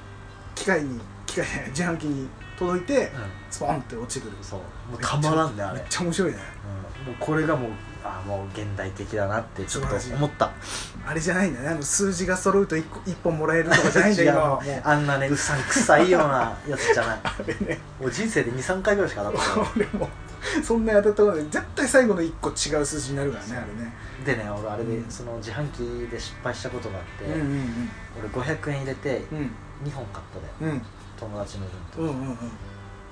[SPEAKER 1] 機械に機械じゃない自販機に届いて
[SPEAKER 2] う
[SPEAKER 1] スポンって落ちてくる
[SPEAKER 2] ん、そうもうたまらんねあ
[SPEAKER 1] め
[SPEAKER 2] れ
[SPEAKER 1] っ、ちゃ面白いね
[SPEAKER 2] うん、もうこれがもうあもう現代的だなってちょっと思った
[SPEAKER 1] あれじゃないんだねあの数字が揃うと 1, 個1本もらえるとかじゃないんだ今 はも
[SPEAKER 2] 違う
[SPEAKER 1] う
[SPEAKER 2] あんなねうさんくさいような やつじゃない
[SPEAKER 1] あれね
[SPEAKER 2] もう人生で23回ぐらいしか当たったこ
[SPEAKER 1] 俺もそんなやったところで絶対最後の1個違う数字になるからねあ
[SPEAKER 2] とでね俺あれで、
[SPEAKER 1] うん
[SPEAKER 2] その自販機で失敗したことがあって、
[SPEAKER 1] れねうんうん
[SPEAKER 2] 俺500円入れて
[SPEAKER 1] うんうん
[SPEAKER 2] 2本買ったで
[SPEAKER 1] うん
[SPEAKER 2] 友達の分と、
[SPEAKER 1] うんうんうん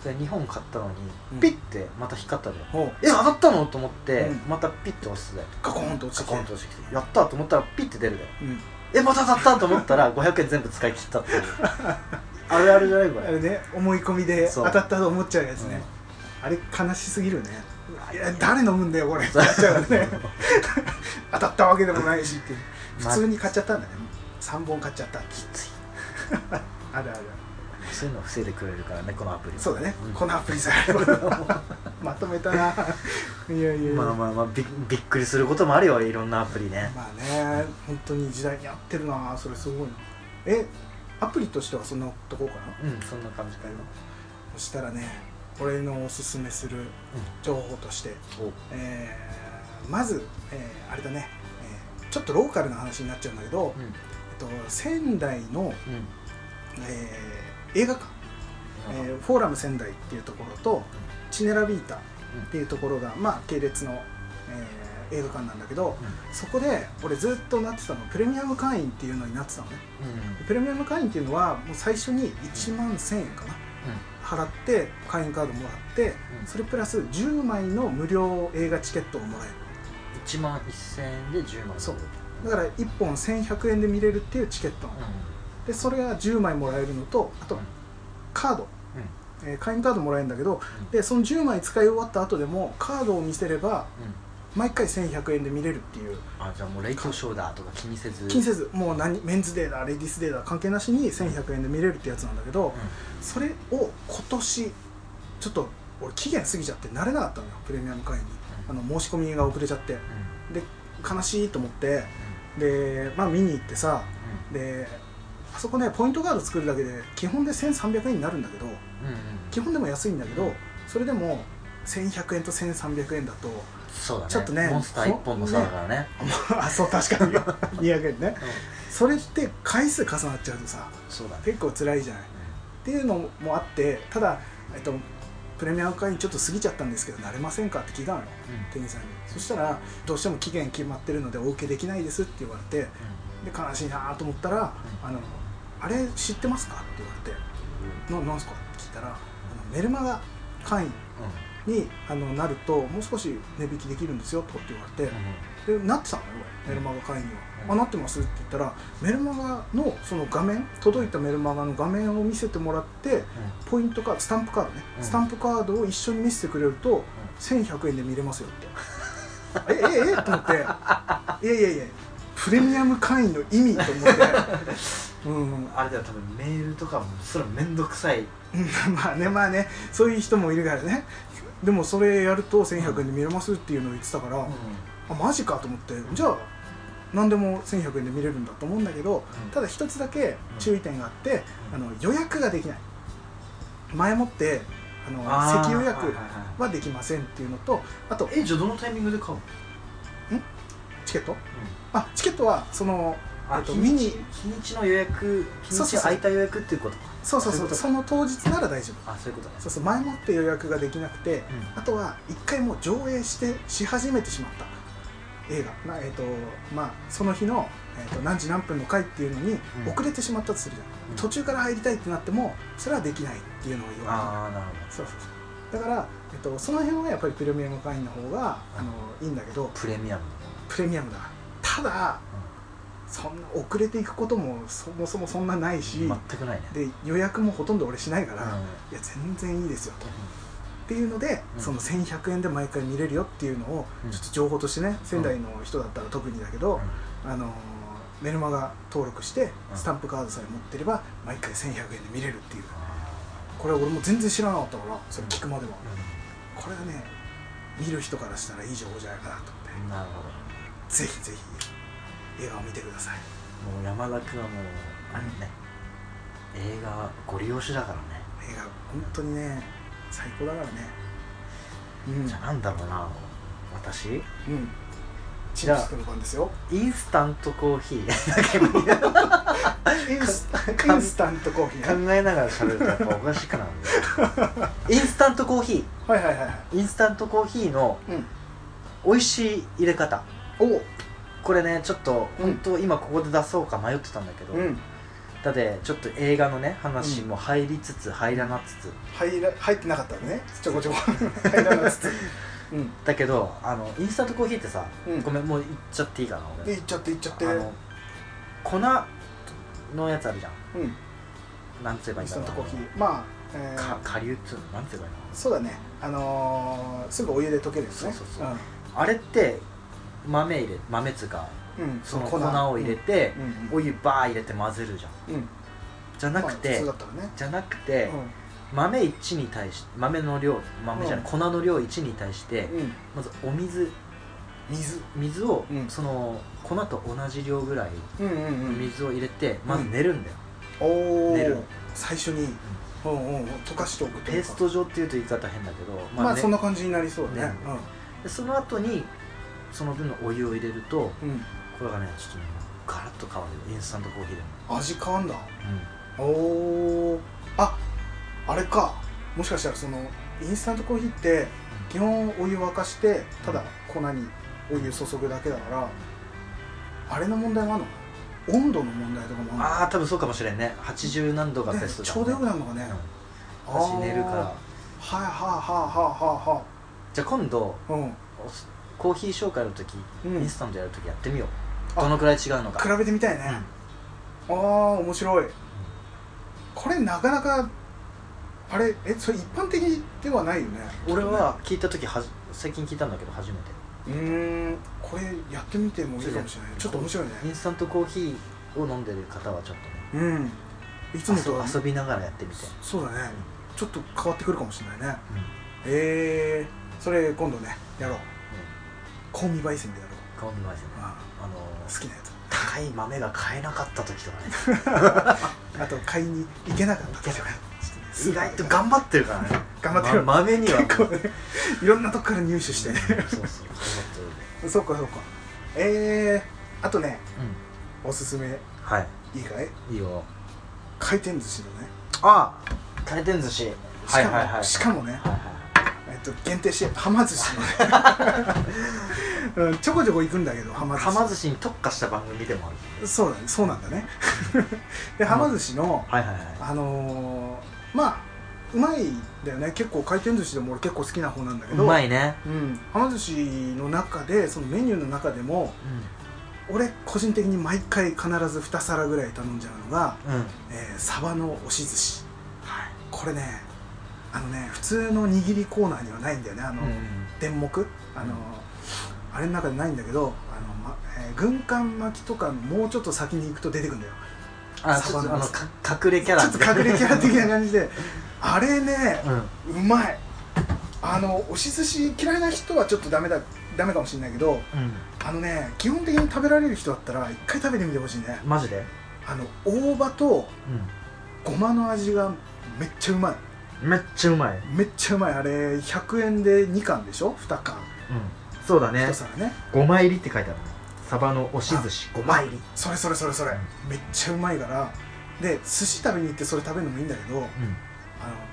[SPEAKER 2] それ2本買ったのに
[SPEAKER 1] うん
[SPEAKER 2] ピッてまた光ったで、
[SPEAKER 1] ほう
[SPEAKER 2] え当たったのと思って、
[SPEAKER 1] うん
[SPEAKER 2] またピッて押すで
[SPEAKER 1] ガコーンと落
[SPEAKER 2] カ
[SPEAKER 1] ちてき
[SPEAKER 2] コ
[SPEAKER 1] て
[SPEAKER 2] ンと押してきてやったと思ったらピッて出るで
[SPEAKER 1] うん
[SPEAKER 2] えまた当たったと思ったら500円全部使い切ったっていう あるあるじゃないこ
[SPEAKER 1] あれ
[SPEAKER 2] れ
[SPEAKER 1] ね思い込みで
[SPEAKER 2] そう
[SPEAKER 1] 当たったと思っちゃうやつね、あれ悲しすぎるねいや誰飲むんだよこれってなっちゃうよ ね当たったわけでもないしって普通に買っちゃったんだね3本買っちゃった
[SPEAKER 2] きつい
[SPEAKER 1] あるある
[SPEAKER 2] そういうのを防いでくれるからねこのアプリ
[SPEAKER 1] そうだね、
[SPEAKER 2] ん
[SPEAKER 1] このアプリさえあればまとめたないや いやいや
[SPEAKER 2] まあまあまあびびっくりすることもあるよいろんなアプリね
[SPEAKER 1] まあね本当に時代に合ってるなそれすごいなえアプリとしてはそんなとこかな
[SPEAKER 2] うんそんな感じかよ
[SPEAKER 1] そしたらね俺のおすすめする情報として、
[SPEAKER 2] お
[SPEAKER 1] えーまず、えーあれだね、えーちょっとローカルな話になっちゃうんだけど、
[SPEAKER 2] う
[SPEAKER 1] え
[SPEAKER 2] ん
[SPEAKER 1] っと、仙台の、
[SPEAKER 2] うん
[SPEAKER 1] えー映画館、えーフォーラム仙台っていうところと、チネラビータっていうところが、まあ、系列の、えー映画館なんだけどそこで俺ずっとなってたのプレミアム会員っていうのになってたのね
[SPEAKER 2] うんうん
[SPEAKER 1] プレミアム会員っていうのはもう最初に1万1000円かな払って会員カードもらって
[SPEAKER 2] うん
[SPEAKER 1] それプラス10枚の無料映画チケットをもらえる
[SPEAKER 2] 1万1000円で10万
[SPEAKER 1] そう
[SPEAKER 2] う
[SPEAKER 1] だから1本1100円で見れるっていうチケットなの、でそれが10枚もらえるのとあと
[SPEAKER 2] うん
[SPEAKER 1] カード、えー会員カードもらえるんだけど
[SPEAKER 2] うん
[SPEAKER 1] でその10枚使い終わった後でもカードを見せれば
[SPEAKER 2] うんうん
[SPEAKER 1] 毎回1100円で見れるっていう
[SPEAKER 2] あじゃあもうレイトショーだとか気にせず
[SPEAKER 1] 気にせずもう何メンズデーだレディースデーだ関係なしに1100円で見れるってやつなんだけどそれを今年ちょっと俺期限過ぎちゃって慣れなかったのよプレミアム会員にあ
[SPEAKER 2] うんうん
[SPEAKER 1] の申し込みが遅れちゃってで悲しいと思ってでまあ見に行ってさであそこねポイントカード作るだけで基本で1300円になるんだけど
[SPEAKER 2] うんうん
[SPEAKER 1] 基本でも安いんだけどそれでも1100円と1300円だと
[SPEAKER 2] そうだね
[SPEAKER 1] ちょっとね
[SPEAKER 2] モンスター1本の差だからね
[SPEAKER 1] あそう確かに200円ねそれって回数重なっちゃうとさ
[SPEAKER 2] そうだね
[SPEAKER 1] 結構辛いじゃないっていうのもあってただ、えっと、プレミアム会員ちょっと過ぎちゃったんですけど慣れませんかって聞いたのよ店員さんにそしたらどうしても期限決まってるのでお受けできないですって言われてで悲しいなと思ったら「あのあれ知ってますか?」って言われて「ななんすか?」って聞いたらあのメルマガ会員にあのなるともう少し値引きできるんですよとかって言われてでなってたのよ俺メルマガ会員には
[SPEAKER 2] う。ん
[SPEAKER 1] あなってますって言ったらメルマガのその画面届いたメルマガの画面を見せてもらってポイントカードスタンプカードね、
[SPEAKER 2] うん
[SPEAKER 1] スタンプカードを一緒に見せてくれると、1100円で見れますよ ってええええと思っていやいやいやプレミアム会員の意味と思ってうん
[SPEAKER 2] あれだよ多分メールとかもそれめんどくさい
[SPEAKER 1] まあねまあねそういう人もいるからねでもそれやると1100円で見れますっていうのを言ってたから、あマジかと思ってじゃあ何でも1100円で見れるんだと思うんだけど、
[SPEAKER 2] うん
[SPEAKER 1] ただ一つだけ注意点があって、あの予約ができない前もってあの
[SPEAKER 2] あー
[SPEAKER 1] 席予約
[SPEAKER 2] はいはいは
[SPEAKER 1] は
[SPEAKER 2] い
[SPEAKER 1] できませんっていうのとあと
[SPEAKER 2] えじゃあどのタイミングで買うの
[SPEAKER 1] チケットあチケットはその
[SPEAKER 2] あ
[SPEAKER 1] えっと
[SPEAKER 2] 日
[SPEAKER 1] 見に
[SPEAKER 2] に日にちの予約日
[SPEAKER 1] そう
[SPEAKER 2] に
[SPEAKER 1] そ
[SPEAKER 2] ち
[SPEAKER 1] うそう
[SPEAKER 2] 空いた予約っていうことか
[SPEAKER 1] そうそう
[SPEAKER 2] そういう
[SPEAKER 1] そう
[SPEAKER 2] こと
[SPEAKER 1] その当日なら大丈夫
[SPEAKER 2] あそういうことね
[SPEAKER 1] そうそう前もって予約ができなくて
[SPEAKER 2] うん
[SPEAKER 1] あとは一回もう上映してし始めてしまった映画なえっ、とまあその日の、えー、と何時何分の回っていうのに
[SPEAKER 2] うん
[SPEAKER 1] 遅れてしまったとするじゃん、
[SPEAKER 2] うん
[SPEAKER 1] 途中から入りたいってなってもそれはできないっていうのを言わ
[SPEAKER 2] ああなるほど
[SPEAKER 1] れたそうそうそうだから、えっとその辺はやっぱりプレミアム会員の方があのいいんだけど
[SPEAKER 2] プレミアム
[SPEAKER 1] プレミアムだただそんな遅れていくこともそもそもそんなないし、
[SPEAKER 2] 全くないね
[SPEAKER 1] で予約もほとんど俺しないから、
[SPEAKER 2] う
[SPEAKER 1] い
[SPEAKER 2] ん
[SPEAKER 1] や全然いいですよとっていうので、
[SPEAKER 2] うん
[SPEAKER 1] その1100円で毎回見れるよっていうのを、
[SPEAKER 2] うん
[SPEAKER 1] ちょっと情報としてね仙台の人だったら特にだけど、あのーメルマガ登録して
[SPEAKER 2] うん
[SPEAKER 1] スタンプカードさえ持ってれば毎回1100円で見れるっていうこれ俺も全然知らなかったからそれ聞くまでは、これはね見る人からしたらいい情報じゃないかなと思って、
[SPEAKER 2] うんなるほど
[SPEAKER 1] ぜひぜひ映画を見てください
[SPEAKER 2] もう山田君はもうあれね、映画ご利用しだからね
[SPEAKER 1] れが本当にね最高だからねうん
[SPEAKER 2] じゃあなんだろうな私
[SPEAKER 1] うんチ
[SPEAKER 2] じゃ
[SPEAKER 1] ッ
[SPEAKER 2] あ
[SPEAKER 1] プスの番です よ
[SPEAKER 2] インスタントコーヒー
[SPEAKER 1] インスイ
[SPEAKER 2] か
[SPEAKER 1] ンスタントコーヒ
[SPEAKER 2] 考
[SPEAKER 1] ーね
[SPEAKER 2] えながら喋るとやっぱおかしくなるん でインスタントコーヒ
[SPEAKER 1] はいはいはいはい
[SPEAKER 2] ーインスタントコーヒーの
[SPEAKER 1] うん
[SPEAKER 2] 美味しい入れ方
[SPEAKER 1] お
[SPEAKER 2] これねちょっと
[SPEAKER 1] うん
[SPEAKER 2] 本当今ここで出そうか迷ってたんだけど、
[SPEAKER 1] うん
[SPEAKER 2] だってちょっと映画のね話も入りつつ入らなつつ、
[SPEAKER 1] 入ら入ってなかったのねちょこちょ こ入らなつつうん
[SPEAKER 2] だけどあのインスタントコーヒーってさ、
[SPEAKER 1] うん
[SPEAKER 2] ごめんもう言っちゃっていいかな
[SPEAKER 1] で
[SPEAKER 2] 俺
[SPEAKER 1] 行っちゃって行っちゃって
[SPEAKER 2] あ
[SPEAKER 1] うん
[SPEAKER 2] の粉のやつあるじゃんなんつえば
[SPEAKER 1] イ
[SPEAKER 2] いい
[SPEAKER 1] ン
[SPEAKER 2] ん
[SPEAKER 1] ス
[SPEAKER 2] だ
[SPEAKER 1] タ
[SPEAKER 2] ろ
[SPEAKER 1] ン
[SPEAKER 2] う
[SPEAKER 1] トコーヒーまあえー
[SPEAKER 2] か顆粒っつうのなんつえばいいの
[SPEAKER 1] そうだねあのーすぐお湯で溶けるよね
[SPEAKER 2] そうそうそうあれって豆入れ豆つうか
[SPEAKER 1] うんうん
[SPEAKER 2] その粉を入れて、
[SPEAKER 1] うんうん
[SPEAKER 2] お湯バー入れて混ぜるじゃん
[SPEAKER 1] うんうん
[SPEAKER 2] じゃなく
[SPEAKER 1] まあ
[SPEAKER 2] て、
[SPEAKER 1] 普通だったらね
[SPEAKER 2] じゃなくて、豆1に対して豆の量豆じゃない、
[SPEAKER 1] うん
[SPEAKER 2] 粉の量1に対して、
[SPEAKER 1] うんうん
[SPEAKER 2] まずお水
[SPEAKER 1] 水
[SPEAKER 2] 水を、
[SPEAKER 1] うん
[SPEAKER 2] その粉と同じ量ぐらい
[SPEAKER 1] うんうんうん
[SPEAKER 2] 水を入れてまず寝るんだよ、
[SPEAKER 1] お
[SPEAKER 2] 練
[SPEAKER 1] お
[SPEAKER 2] る
[SPEAKER 1] 最初にうんうんうん溶かしておくと
[SPEAKER 2] ペースト状っていうと言い方変だけど、
[SPEAKER 1] まあ、
[SPEAKER 2] ね
[SPEAKER 1] そんな感じになりそうだね
[SPEAKER 2] ねでその後にその分のお湯を入れると
[SPEAKER 1] うん、うん
[SPEAKER 2] これがねちょっとねガラッと変わるよインスタントコーヒーでも、
[SPEAKER 1] 味変わんだおおああれかもしかしたらそのインスタントコーヒーって基本お湯沸かしてただ粉にお湯注ぐだけだからあれの問題もあるの温度の問題とかもあ
[SPEAKER 2] ああ多分そうかもしれんね80何度
[SPEAKER 1] る
[SPEAKER 2] が
[SPEAKER 1] の、
[SPEAKER 2] ベ
[SPEAKER 1] ね、
[SPEAKER 2] ストだ、ね、
[SPEAKER 1] ちょうどよくなるのがね、
[SPEAKER 2] うん私寝るから
[SPEAKER 1] はいはいは
[SPEAKER 2] じゃあ今度
[SPEAKER 1] いはいはいはい
[SPEAKER 2] おすコーヒー紹介の時、
[SPEAKER 1] うん、う
[SPEAKER 2] イ
[SPEAKER 1] ん
[SPEAKER 2] ン、スタントやる時やってみよう
[SPEAKER 1] あ
[SPEAKER 2] どのくらい違うのか
[SPEAKER 1] 比べてみたいね、ああ面白いこれなかなかあれえそれ一般的ではないよね
[SPEAKER 2] 俺は聞いた時はじ最近聞いたんだけど初めて
[SPEAKER 1] うーんこれやってみてもいいかもしれないちょっと面白いね
[SPEAKER 2] インスタントコーヒーを飲んでる方はちょっとね
[SPEAKER 1] うんいつもとは
[SPEAKER 2] 遊遊びながらやってみて、
[SPEAKER 1] そうだねちょっと変わってくるかもしれないねへえそれ今度ねやろう香味焙煎でやろう
[SPEAKER 2] 顔見ますよね
[SPEAKER 1] あ
[SPEAKER 2] あの
[SPEAKER 1] あ好きなやつ
[SPEAKER 2] 高い豆が買えなかった時とかね
[SPEAKER 1] あと買いに行けなかった時とか
[SPEAKER 2] 意外と頑張ってるからね
[SPEAKER 1] 頑張ってる
[SPEAKER 2] ま豆には
[SPEAKER 1] 結構ねいろんなとこから入手して
[SPEAKER 2] うんそうそう頑張ってる
[SPEAKER 1] そうかそうかえー、あとね
[SPEAKER 2] うん
[SPEAKER 1] おすすめ
[SPEAKER 2] はい
[SPEAKER 1] いいかい
[SPEAKER 2] いいよ
[SPEAKER 1] 回転寿司のね
[SPEAKER 2] あ回転寿司
[SPEAKER 1] しかも、しかもね、
[SPEAKER 2] はいはい
[SPEAKER 1] えっと、限定してはま寿司のね、うん、ちょこちょこ行くんだけどはま
[SPEAKER 2] はい
[SPEAKER 1] 寿
[SPEAKER 2] は
[SPEAKER 1] 司
[SPEAKER 2] ま寿司に特化した番組でもある
[SPEAKER 1] そうだねそうなんだね ではま寿司の、
[SPEAKER 2] はいはいはい
[SPEAKER 1] あのーまあうまいんだよね結構回転寿司でも俺結構好きな方なんだけ
[SPEAKER 2] う
[SPEAKER 1] ど
[SPEAKER 2] ま
[SPEAKER 1] い、
[SPEAKER 2] いね
[SPEAKER 1] うん、はま寿司の中でそのメニューの中でも俺個人的に毎回必ず2皿ぐらい頼んじゃうのが、
[SPEAKER 2] うん、うん、
[SPEAKER 1] えーサバの押し寿司これねあのね普通の握りコーナーにはないんだよねあの、電目あの、
[SPEAKER 2] うん
[SPEAKER 1] あれの中でないんだけどあの、まえー軍艦巻きとかのもうちょっと先に行くと出てくるんだよ
[SPEAKER 2] あ
[SPEAKER 1] サ
[SPEAKER 2] ち
[SPEAKER 1] バ
[SPEAKER 2] ょっと
[SPEAKER 1] の
[SPEAKER 2] あのか隠れキャラ
[SPEAKER 1] ちょっと隠れキャラ的な感じであれね
[SPEAKER 2] う
[SPEAKER 1] う
[SPEAKER 2] ん
[SPEAKER 1] まいあの押し寿司嫌いな人はちょっとダメだダメかもしれないけど
[SPEAKER 2] う
[SPEAKER 1] あのね基本的に食べられる人だったら一回食べてみてほしいね
[SPEAKER 2] んマジで
[SPEAKER 1] あの大葉とごまの味がめっちゃうまい
[SPEAKER 2] うんめっちゃうまい
[SPEAKER 1] めっちゃうまいあれ100円で2貫でしょ2貫
[SPEAKER 2] うんそうだね
[SPEAKER 1] 1皿ね
[SPEAKER 2] 5枚入りって書いてあるねサバの押し寿司5枚入り
[SPEAKER 1] それそれそれそれめっちゃうまいからで寿司食べに行ってそれ食べるのもいいんだけどあの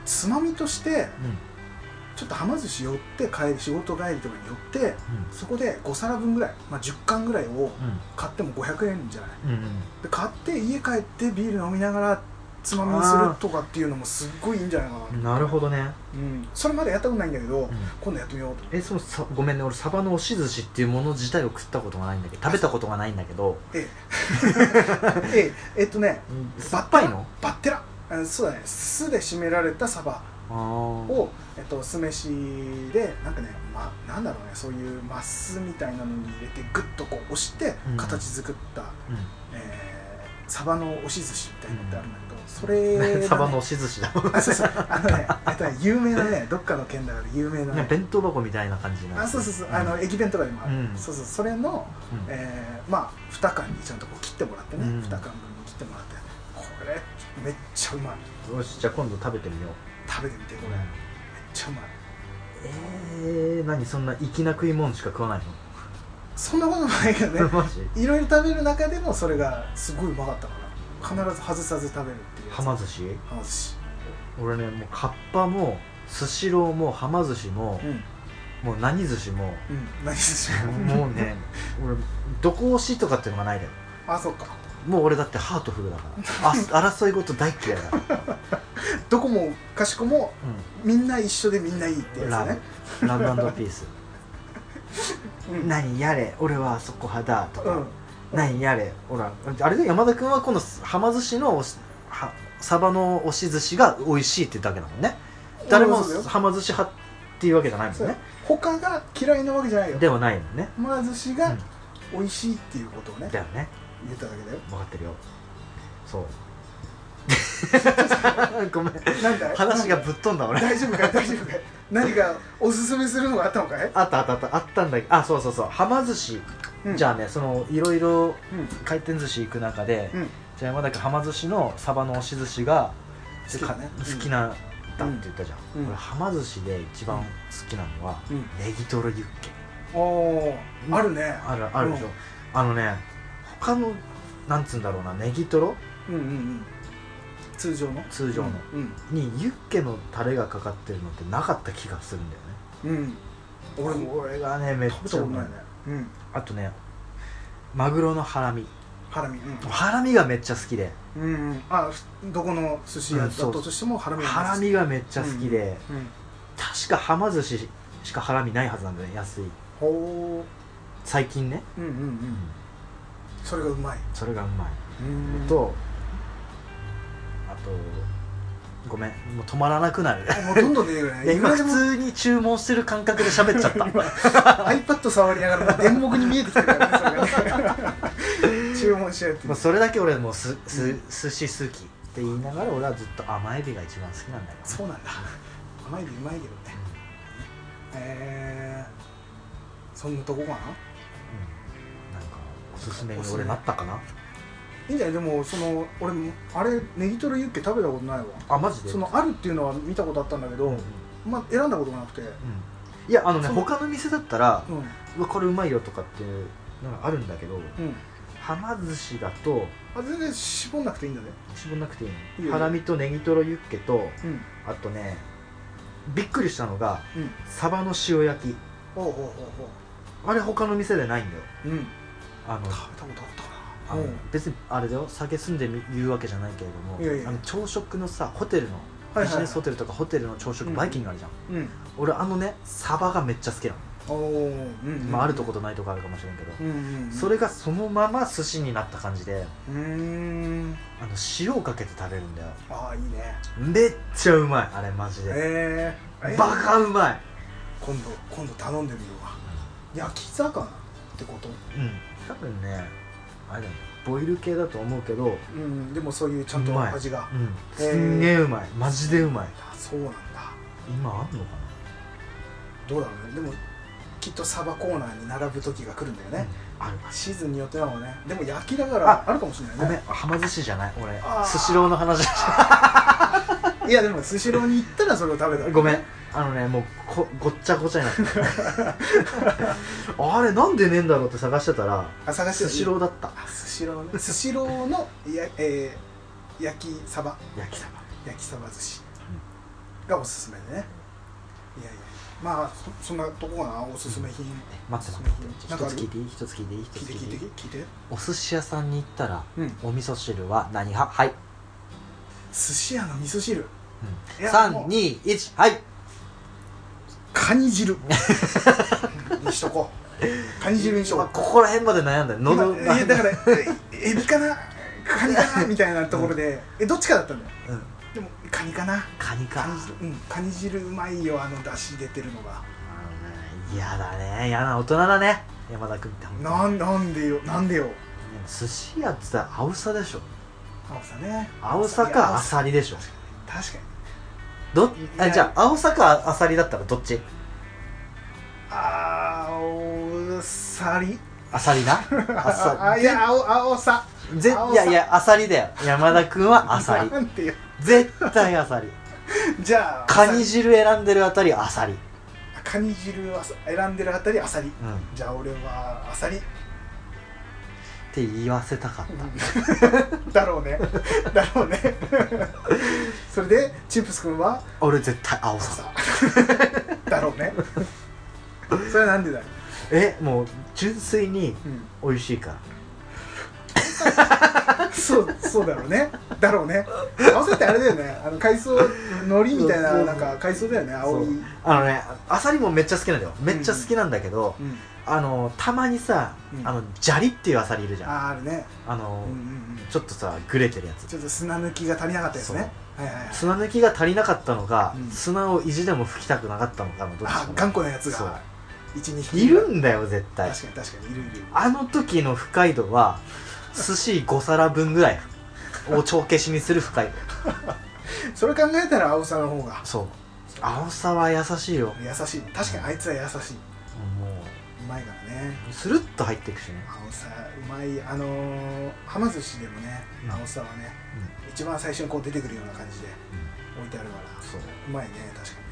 [SPEAKER 1] つまみとして
[SPEAKER 2] うんうん
[SPEAKER 1] ちょっとはま寿司寄って帰り仕事帰りとかに寄ってそこで5皿分ぐらい、まあ、10貫ぐらいを買っても500円じゃない
[SPEAKER 2] うんうんうん
[SPEAKER 1] で買って家帰ってビール飲みながらつまみにするとかっていうのもすっごいいいんじゃないかな、
[SPEAKER 2] なるほどね、
[SPEAKER 1] うん、それまでやったことないんだけど、
[SPEAKER 2] うん
[SPEAKER 1] 今度やってみようと
[SPEAKER 2] えそのさごめんね俺サバの押し寿司っていうもの自体を食ったことがないんだけど食べたことがないんだけど
[SPEAKER 1] えええええっとね
[SPEAKER 2] 酸っぱいの
[SPEAKER 1] バッテラあそうだね酢で締められたサバ
[SPEAKER 2] あー
[SPEAKER 1] を、えっと、酢飯でなんかね、ま、なんだろうねそういうマスみたいなのに入れてグッとこう押して
[SPEAKER 2] うん
[SPEAKER 1] 形作った、えーサバの押し寿司みたいなのってあるんだけど、そ
[SPEAKER 2] うん
[SPEAKER 1] れがね、
[SPEAKER 2] サバの押し寿司だもん
[SPEAKER 1] あそうそうあのねあとね有名なねどっかの県だから有名な、
[SPEAKER 2] ね
[SPEAKER 1] ね、
[SPEAKER 2] 弁当箱みたいな感じにな
[SPEAKER 1] あそうそうそう、あの
[SPEAKER 2] うん
[SPEAKER 1] 駅弁とかでもある、
[SPEAKER 2] うん
[SPEAKER 1] そうそうそれの、
[SPEAKER 2] うん
[SPEAKER 1] えーまあ2缶にちゃんとこう切ってもらってね、
[SPEAKER 2] うん
[SPEAKER 1] 2缶分に切ってもらってここれめっちゃうまい
[SPEAKER 2] よしじゃあ今度食べてみよう
[SPEAKER 1] 食べてみてこれめっちゃうまい
[SPEAKER 2] えー、何そんな粋な食い物しか食わないの
[SPEAKER 1] そんなことないけどね
[SPEAKER 2] マジ
[SPEAKER 1] いろいろ食べる中でもそれがすごいうまかったから必ず外さず食べるっていうやつ
[SPEAKER 2] はま寿司
[SPEAKER 1] はま寿司
[SPEAKER 2] 俺ねもうかっぱもスシローもはま寿司も
[SPEAKER 1] う、ん
[SPEAKER 2] もう何寿司 も
[SPEAKER 1] うん何寿司
[SPEAKER 2] もうね俺どこ推しとかっていうのがないだよ
[SPEAKER 1] あそっか
[SPEAKER 2] もう俺だってハートフルだからあ争い事大っ嫌いだから、
[SPEAKER 1] どこもかしこもみんな一緒でみんないいって
[SPEAKER 2] うん、
[SPEAKER 1] や
[SPEAKER 2] ラ
[SPEAKER 1] つね
[SPEAKER 2] ブラブピース
[SPEAKER 1] うん
[SPEAKER 2] 何やれ俺はあそこ派だと
[SPEAKER 1] う
[SPEAKER 2] か、
[SPEAKER 1] ん
[SPEAKER 2] 何やれほらあれで山田君は今度はま寿司のおしはサバの押し寿司が美味しいってだけだもんね誰も
[SPEAKER 1] そうだよ
[SPEAKER 2] はま寿司派っていうわけじゃないも
[SPEAKER 1] そ
[SPEAKER 2] ん
[SPEAKER 1] うだ
[SPEAKER 2] ね
[SPEAKER 1] よ他が嫌いなわけじゃないよ
[SPEAKER 2] ではないもんね
[SPEAKER 1] はま寿司が美味しいっていうことをね
[SPEAKER 2] だよね
[SPEAKER 1] 言っただけだよ
[SPEAKER 2] 分かってるよそう ごめん
[SPEAKER 1] なんだい
[SPEAKER 2] 話がぶっ飛んだ俺
[SPEAKER 1] 大丈夫かい大丈夫かい何かおすすめするのがあったのかい
[SPEAKER 2] あったあったあったあったんだけどあそうそうそうはま寿司、じゃあねそのいろいろ
[SPEAKER 1] うんうん
[SPEAKER 2] 回転寿司行く中で、
[SPEAKER 1] うん
[SPEAKER 2] じゃあ山田君はま寿司のサバの押し寿司が
[SPEAKER 1] 好きだね
[SPEAKER 2] か好きなんだって言ったじゃん、
[SPEAKER 1] うん
[SPEAKER 2] 俺はま寿司で一番
[SPEAKER 1] う
[SPEAKER 2] 好
[SPEAKER 1] ん
[SPEAKER 2] きなのは、
[SPEAKER 1] うん
[SPEAKER 2] ネギトロユッケ
[SPEAKER 1] おーあるね
[SPEAKER 2] あるあるでしょ、
[SPEAKER 1] う
[SPEAKER 2] あのね他のなんつうんだろうなネギトロ
[SPEAKER 1] うんうんうん通常の
[SPEAKER 2] 通常の
[SPEAKER 1] うん
[SPEAKER 2] にユッケのタレがかかってるのってなかった気がするんだよね
[SPEAKER 1] うん俺も
[SPEAKER 2] これがねめっ
[SPEAKER 1] 食べ
[SPEAKER 2] ち
[SPEAKER 1] た
[SPEAKER 2] ゃ
[SPEAKER 1] こ
[SPEAKER 2] う
[SPEAKER 1] と
[SPEAKER 2] ま
[SPEAKER 1] ないいねうん
[SPEAKER 2] あとねマグロのハラミ
[SPEAKER 1] ハラミうん
[SPEAKER 2] ハラミがめっちゃ好きで
[SPEAKER 1] うんうんあふどこの寿司屋だったとしてもハラミが
[SPEAKER 2] ハラミがめっちゃ好きで、
[SPEAKER 1] うん
[SPEAKER 2] 確かはま寿司しかハラミないはずなんだよね安い
[SPEAKER 1] ほ
[SPEAKER 2] 最近ね、
[SPEAKER 1] ううんうんうんそれがうまい
[SPEAKER 2] それがうまい
[SPEAKER 1] うんと
[SPEAKER 2] とあとごめんもう止まらなくなる
[SPEAKER 1] もうどんどん出てくる
[SPEAKER 2] い や
[SPEAKER 1] ねいく
[SPEAKER 2] 今
[SPEAKER 1] ら
[SPEAKER 2] 普
[SPEAKER 1] でも
[SPEAKER 2] 通に注文してる感覚で喋 っちゃった
[SPEAKER 1] iPad 触りながら電目に見えてきてるからねそれ がね注文しちゃうっていう
[SPEAKER 2] もうそれだけ俺もうすす寿司好きって言いながら俺はずっと甘エビが一番好きなんだよ、ね、
[SPEAKER 1] そうなんだ甘いでうまいけどねえー、そんなとこかな
[SPEAKER 2] うんなんかおすすめ
[SPEAKER 1] お
[SPEAKER 2] に
[SPEAKER 1] すすめ
[SPEAKER 2] 俺なったかない
[SPEAKER 1] いんじゃないでもその俺もあれネギトロユッケ食べたことないわ
[SPEAKER 2] あマジで
[SPEAKER 1] そのあるっていうのは見たことあったんだけ
[SPEAKER 2] う
[SPEAKER 1] ど、
[SPEAKER 2] んうん
[SPEAKER 1] まあ選んだことがなくて
[SPEAKER 2] いやあのね
[SPEAKER 1] その
[SPEAKER 2] 他の店だったら
[SPEAKER 1] うん
[SPEAKER 2] うわこれうまいよとかっていうのがあるんだけど
[SPEAKER 1] うん
[SPEAKER 2] はま寿司だと
[SPEAKER 1] あ全然絞んなくていいんだね
[SPEAKER 2] 絞んなくていい
[SPEAKER 1] いい
[SPEAKER 2] の
[SPEAKER 1] よ
[SPEAKER 2] ハラミとネギトロユッケと
[SPEAKER 1] うん
[SPEAKER 2] あとねびっくりしたのが
[SPEAKER 1] うん
[SPEAKER 2] サバの塩焼き
[SPEAKER 1] ほうほうほうほ
[SPEAKER 2] あれ他の店でないんだよ
[SPEAKER 1] ううん
[SPEAKER 2] あ
[SPEAKER 1] 食
[SPEAKER 2] の
[SPEAKER 1] べたことあったか
[SPEAKER 2] あ
[SPEAKER 1] な
[SPEAKER 2] の
[SPEAKER 1] うん
[SPEAKER 2] 別にあれだよ酒住んでみ言うわけじゃないけれども
[SPEAKER 1] いやいや
[SPEAKER 2] あの朝食のさホテルの
[SPEAKER 1] はい
[SPEAKER 2] ビジ
[SPEAKER 1] はい
[SPEAKER 2] ネスホテルとかホテルの朝食
[SPEAKER 1] うん
[SPEAKER 2] バイキングあるじゃん
[SPEAKER 1] うん
[SPEAKER 2] 俺あのねサバがめっちゃ好きな
[SPEAKER 1] お
[SPEAKER 2] の、
[SPEAKER 1] おうんうん
[SPEAKER 2] まあ、あるとことないとこあるかもしれんけど、
[SPEAKER 1] うんうんうん
[SPEAKER 2] それがそのまま寿司になった感じで
[SPEAKER 1] うーん
[SPEAKER 2] あの塩をかけて食べるんだよ
[SPEAKER 1] ああいいね
[SPEAKER 2] めっちゃうまいあれマジで、
[SPEAKER 1] えー、えー
[SPEAKER 2] バカうまい
[SPEAKER 1] 今度今度頼んでみるわ焼き魚ってこと
[SPEAKER 2] うん多分ねあれだよボイル系だと思うけど
[SPEAKER 1] うんでもそういうちゃん
[SPEAKER 2] う
[SPEAKER 1] と
[SPEAKER 2] まい
[SPEAKER 1] 味が
[SPEAKER 2] うん
[SPEAKER 1] えー
[SPEAKER 2] すんげえうまいマジでうまい
[SPEAKER 1] あそうなんだ
[SPEAKER 2] 今あんのか
[SPEAKER 1] どうだろうねでもきっとサバコーナーに並ぶ時が来るんだよ
[SPEAKER 2] な
[SPEAKER 1] ね、
[SPEAKER 2] ある
[SPEAKER 1] シーズンによってなのねでも焼きだから
[SPEAKER 2] あ
[SPEAKER 1] あるかもしれないね
[SPEAKER 2] ごめんはま寿司じゃない俺
[SPEAKER 1] あー
[SPEAKER 2] スシローの話
[SPEAKER 1] いやでもスシローに行ったらそれを食べた
[SPEAKER 2] ごめんあのねもうこごっちゃごちゃになって るあれなんでねえんだろうって探してたら
[SPEAKER 1] あ探して
[SPEAKER 2] ス
[SPEAKER 1] た
[SPEAKER 2] シローだった
[SPEAKER 1] あスシローねスシローのや、えー焼きサバ
[SPEAKER 2] 焼きそば
[SPEAKER 1] 焼きサバ寿司がおすすめでねいやいやまあそそんなとこかなおすすめ品
[SPEAKER 2] 待って
[SPEAKER 1] おすす
[SPEAKER 2] 待
[SPEAKER 1] め
[SPEAKER 2] って
[SPEAKER 1] 品
[SPEAKER 2] 一
[SPEAKER 1] なんかあ
[SPEAKER 2] つ
[SPEAKER 1] る
[SPEAKER 2] 聞いていい一つ聞いていい一つ
[SPEAKER 1] 聞いて
[SPEAKER 2] 聞
[SPEAKER 1] 聞
[SPEAKER 2] い
[SPEAKER 1] い
[SPEAKER 2] て
[SPEAKER 1] て
[SPEAKER 2] いい
[SPEAKER 1] 聞いて
[SPEAKER 2] お寿司屋さんに行ったら
[SPEAKER 1] うん
[SPEAKER 2] お味噌汁は何派はい、
[SPEAKER 1] 寿司屋の味噌汁いやもう
[SPEAKER 2] 321はい
[SPEAKER 1] カニ 汁にしとこうカニ汁にしとこ
[SPEAKER 2] まあ
[SPEAKER 1] う
[SPEAKER 2] ここら辺まで悩んだよ
[SPEAKER 1] 今
[SPEAKER 2] 喉
[SPEAKER 1] いやだからえエビかなカニ かなみたいなところで、えどっちかだったんだよ
[SPEAKER 2] うん
[SPEAKER 1] でもカニかな
[SPEAKER 2] カニか
[SPEAKER 1] カニ汁うんカニ汁うまいよあの出汁出てるのが
[SPEAKER 2] 嫌だね嫌な大人だね山田君って本当に
[SPEAKER 1] なんなんでよなんでよ
[SPEAKER 2] でも寿司屋っつったら青さでしょ
[SPEAKER 1] 青さね
[SPEAKER 2] 青さかアサリでしょ
[SPEAKER 1] 確かに
[SPEAKER 2] どあ
[SPEAKER 1] いや
[SPEAKER 2] じゃあ青さかアサリだったらどっち
[SPEAKER 1] あーおさり
[SPEAKER 2] アサ リなア
[SPEAKER 1] あ
[SPEAKER 2] サ
[SPEAKER 1] あいや青青さ
[SPEAKER 2] リぜ
[SPEAKER 1] 青さ
[SPEAKER 2] いやいやアサリだよ山田君は アサリ
[SPEAKER 1] なんてよ
[SPEAKER 2] 絶対アサリ
[SPEAKER 1] じゃあ
[SPEAKER 2] カニ汁選んでるあたりアサリ
[SPEAKER 1] あカニ汁を選んでるあたりアサリ
[SPEAKER 2] うんっ
[SPEAKER 1] じゃあ俺はアサリ
[SPEAKER 2] て言わせたかった、
[SPEAKER 1] だろうねだろうねそれでチンプス君は
[SPEAKER 2] 俺絶対青さ
[SPEAKER 1] さだろうねそれはなんでだろ
[SPEAKER 2] えもう純粋に
[SPEAKER 1] う、
[SPEAKER 2] 美味しいから
[SPEAKER 1] そうそうだろうねだろうね合わせってあれだよねあの海藻海苔みたい
[SPEAKER 2] そうそ
[SPEAKER 1] な
[SPEAKER 2] う
[SPEAKER 1] なんか海藻だよね青い、
[SPEAKER 2] そ
[SPEAKER 1] う
[SPEAKER 2] う
[SPEAKER 1] ん
[SPEAKER 2] あのねアサリもめっちゃ好きなんだよめっちゃ好きなんだけど、あのたまにさ、
[SPEAKER 1] うん
[SPEAKER 2] あの砂利っていうアサリいるじゃんあ
[SPEAKER 1] あーあるね、うん
[SPEAKER 2] の、
[SPEAKER 1] うんうん、
[SPEAKER 2] ちょっとさグレてるやつ
[SPEAKER 1] ちょっと砂抜きが足りなかったですねはいはいはい
[SPEAKER 2] 砂抜きが足りなかったのか、
[SPEAKER 1] うん
[SPEAKER 2] 砂を意地でも拭きたくなかったのかのどっち
[SPEAKER 1] あ
[SPEAKER 2] か
[SPEAKER 1] 頑固なやつが12
[SPEAKER 2] そう
[SPEAKER 1] 匹
[SPEAKER 2] いるんだよ絶対
[SPEAKER 1] 確かに確かにいるいるいる
[SPEAKER 2] あの時の不快度 は寿司5皿分ぐらいを帳消しにする不快度
[SPEAKER 1] それ考えたら青さの方が
[SPEAKER 2] そう青さは優しいよ
[SPEAKER 1] 優しい確かにあいつは優しい
[SPEAKER 2] も
[SPEAKER 1] うまいからね
[SPEAKER 2] うスルッと入っていくしね
[SPEAKER 1] 青さうまいあのー、はま寿司でもね
[SPEAKER 2] うん
[SPEAKER 1] 青さはね、一番最初にこう出てくるような感じで置いてあるから
[SPEAKER 2] そう
[SPEAKER 1] うまいね確か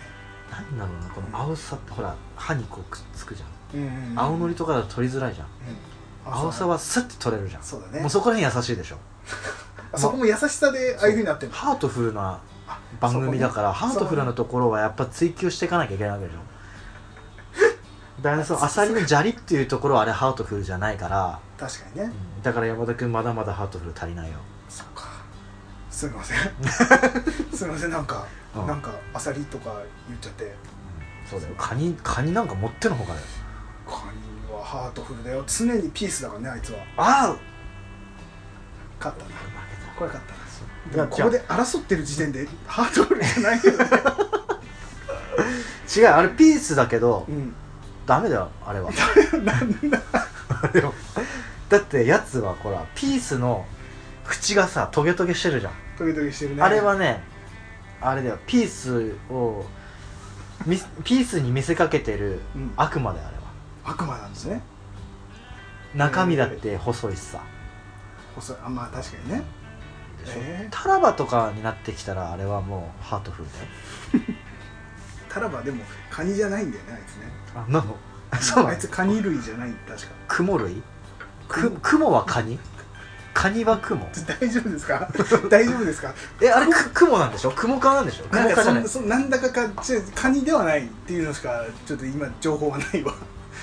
[SPEAKER 2] なんだろうなこの青さってほら歯にこうくっつくじゃん、
[SPEAKER 1] にね、うんうんうん
[SPEAKER 2] 青のりとかだと取りづらいじゃん
[SPEAKER 1] うん
[SPEAKER 2] 青さはスッて取れるじゃん
[SPEAKER 1] そうだね
[SPEAKER 2] もうそこら辺優しいでしょ
[SPEAKER 1] あそこも優しさでああいうふうになってるの
[SPEAKER 2] ハートフルな
[SPEAKER 1] あ
[SPEAKER 2] 番組だから、
[SPEAKER 1] そこ
[SPEAKER 2] ハ
[SPEAKER 1] ね
[SPEAKER 2] ートフルなところはやっぱ追求していかなきゃいけないわ けでしょだからそうアサリの砂利っていうところはあれハートフルじゃないから、
[SPEAKER 1] 確かにね
[SPEAKER 2] だから山田君まだまだハートフル足りないよ
[SPEAKER 1] そっかすみません すみませんなんか、
[SPEAKER 2] うん
[SPEAKER 1] なんかアサリとか言っちゃって
[SPEAKER 2] そうだよカニカニなんか持ってのほかだよ
[SPEAKER 1] カニはハートフルだよ常にピースだからねあいつは
[SPEAKER 2] あ
[SPEAKER 1] 勝ったな
[SPEAKER 2] あ
[SPEAKER 1] これ勝ったな
[SPEAKER 2] 負
[SPEAKER 1] で
[SPEAKER 2] け
[SPEAKER 1] も
[SPEAKER 2] た
[SPEAKER 1] ここで争ってる時点でハートフルじゃないよね、
[SPEAKER 2] 違うあれピースだけど
[SPEAKER 1] うん、
[SPEAKER 2] ダメだよあれは
[SPEAKER 1] なんだ
[SPEAKER 2] あれはだってやつはほらピースの口がさトゲトゲしてるじゃん
[SPEAKER 1] トゲトゲしてるね
[SPEAKER 2] あれはねあれだよピースをみピースに見せかけてる
[SPEAKER 1] うん
[SPEAKER 2] 悪魔だよあれは
[SPEAKER 1] 悪魔なんですね
[SPEAKER 2] 中身だって細いしさ
[SPEAKER 1] 細いあまあ確かにね
[SPEAKER 2] でしょ
[SPEAKER 1] えー
[SPEAKER 2] タラバとかになってきたらあれはもうハートフルだよ
[SPEAKER 1] タラバでもカニじゃないんだよねあいつね
[SPEAKER 2] あなの そう
[SPEAKER 1] あ
[SPEAKER 2] ないの
[SPEAKER 1] つカニ類じゃない確か
[SPEAKER 2] 雲類く雲はカニカニは雲
[SPEAKER 1] 大丈夫ですか 大丈夫ですか
[SPEAKER 2] えあれく雲なんでしょ雲科なんでしょ
[SPEAKER 1] な
[SPEAKER 2] 雲
[SPEAKER 1] ん
[SPEAKER 2] 科
[SPEAKER 1] か
[SPEAKER 2] じ
[SPEAKER 1] そ
[SPEAKER 2] ゃない
[SPEAKER 1] んそんなんだかかちょカニではないっていうのしかちょっと今情報はないわ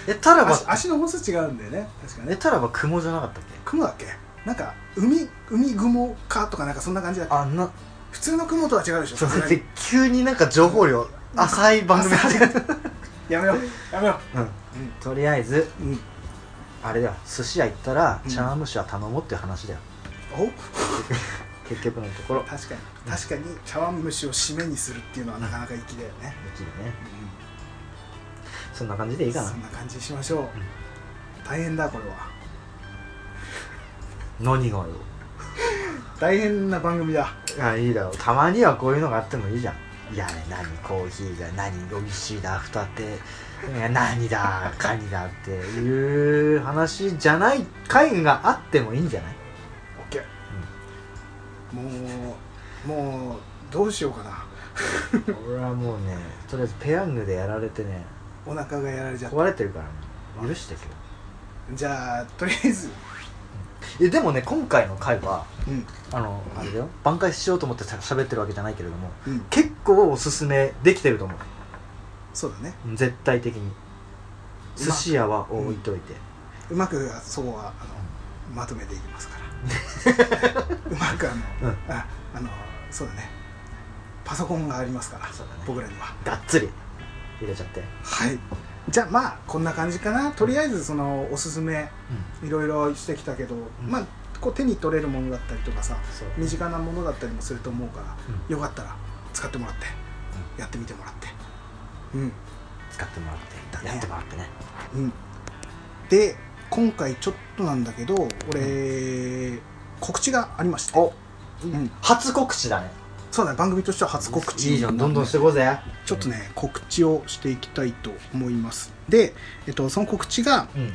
[SPEAKER 2] えタラバ
[SPEAKER 1] 足足の本数違うんだよね確か
[SPEAKER 2] え
[SPEAKER 1] ね
[SPEAKER 2] タラバ雲じゃなかったっけ
[SPEAKER 1] 雲だっけなんか海海雲かとかなんかそんな感じだっけ
[SPEAKER 2] あな
[SPEAKER 1] 普通の雲とは違うでしょ
[SPEAKER 2] そう
[SPEAKER 1] さすが
[SPEAKER 2] で
[SPEAKER 1] に
[SPEAKER 2] 急になんか情報量浅い番組
[SPEAKER 1] 浅いやめようやめよ
[SPEAKER 2] うんとりあえず
[SPEAKER 1] う、うん、
[SPEAKER 2] あれだよ寿司屋行ったら
[SPEAKER 1] うん
[SPEAKER 2] 茶碗蒸しは頼もうっていう話だよ、
[SPEAKER 1] お
[SPEAKER 2] 結局のところ
[SPEAKER 1] 確かに確かに茶碗蒸しを締めにするっていうのはなかなか粋だよね、
[SPEAKER 2] できるね
[SPEAKER 1] うん
[SPEAKER 2] そんな感じでいいかな
[SPEAKER 1] そんな感じにしましょう、大変だこれは
[SPEAKER 2] 何がよ
[SPEAKER 1] 大変な番組だ
[SPEAKER 2] あいいだろうたまにはこういうのがあってもいいじゃんいや何コーヒーが何美味しいだ二手いや何だカニだっていう話じゃない会があってもいいんじゃない
[SPEAKER 1] OK、もうもうどうしようかな
[SPEAKER 2] 俺はもうねとりあえずペヤングでやられてね
[SPEAKER 1] お腹がやられちゃった
[SPEAKER 2] 壊れてるからね許してく
[SPEAKER 1] じゃあとりあえず
[SPEAKER 2] れえでもね今回の回は
[SPEAKER 1] うん
[SPEAKER 2] あのあれだよ挽回しようと思ってしゃ喋ってるわけじゃないけれども
[SPEAKER 1] うん
[SPEAKER 2] 結構おすすめできてると思う
[SPEAKER 1] そうだね
[SPEAKER 2] 絶対的に寿司屋は置いといて、
[SPEAKER 1] うまくそこはあのまとめていきますから うまくあの、
[SPEAKER 2] うん
[SPEAKER 1] ああのそうだねパソコンがありますから、
[SPEAKER 2] そうだね
[SPEAKER 1] 僕らには
[SPEAKER 2] がっつり入れちゃって、
[SPEAKER 1] はいじゃあまあこんな感じかなとりあえずそのおすすめいろいろしてきたけど、まあこう手に取れるものだったりとかさ
[SPEAKER 2] そう
[SPEAKER 1] 身近なものだったりもすると思うから、
[SPEAKER 2] う
[SPEAKER 1] よかったら使ってもらって、やってみてもらってうん
[SPEAKER 2] 使ってもらって、
[SPEAKER 1] だね
[SPEAKER 2] やってもらってね
[SPEAKER 1] うんで今回ちょっとなんだけど俺、告知がありまして
[SPEAKER 2] お
[SPEAKER 1] うん、
[SPEAKER 2] 初告知だね
[SPEAKER 1] そうだね番組としては初告知
[SPEAKER 2] いいじゃんどんどんしてこうぜ
[SPEAKER 1] ちょっとね告知をしていきたいと思いますで、えっと、その告知が
[SPEAKER 2] うん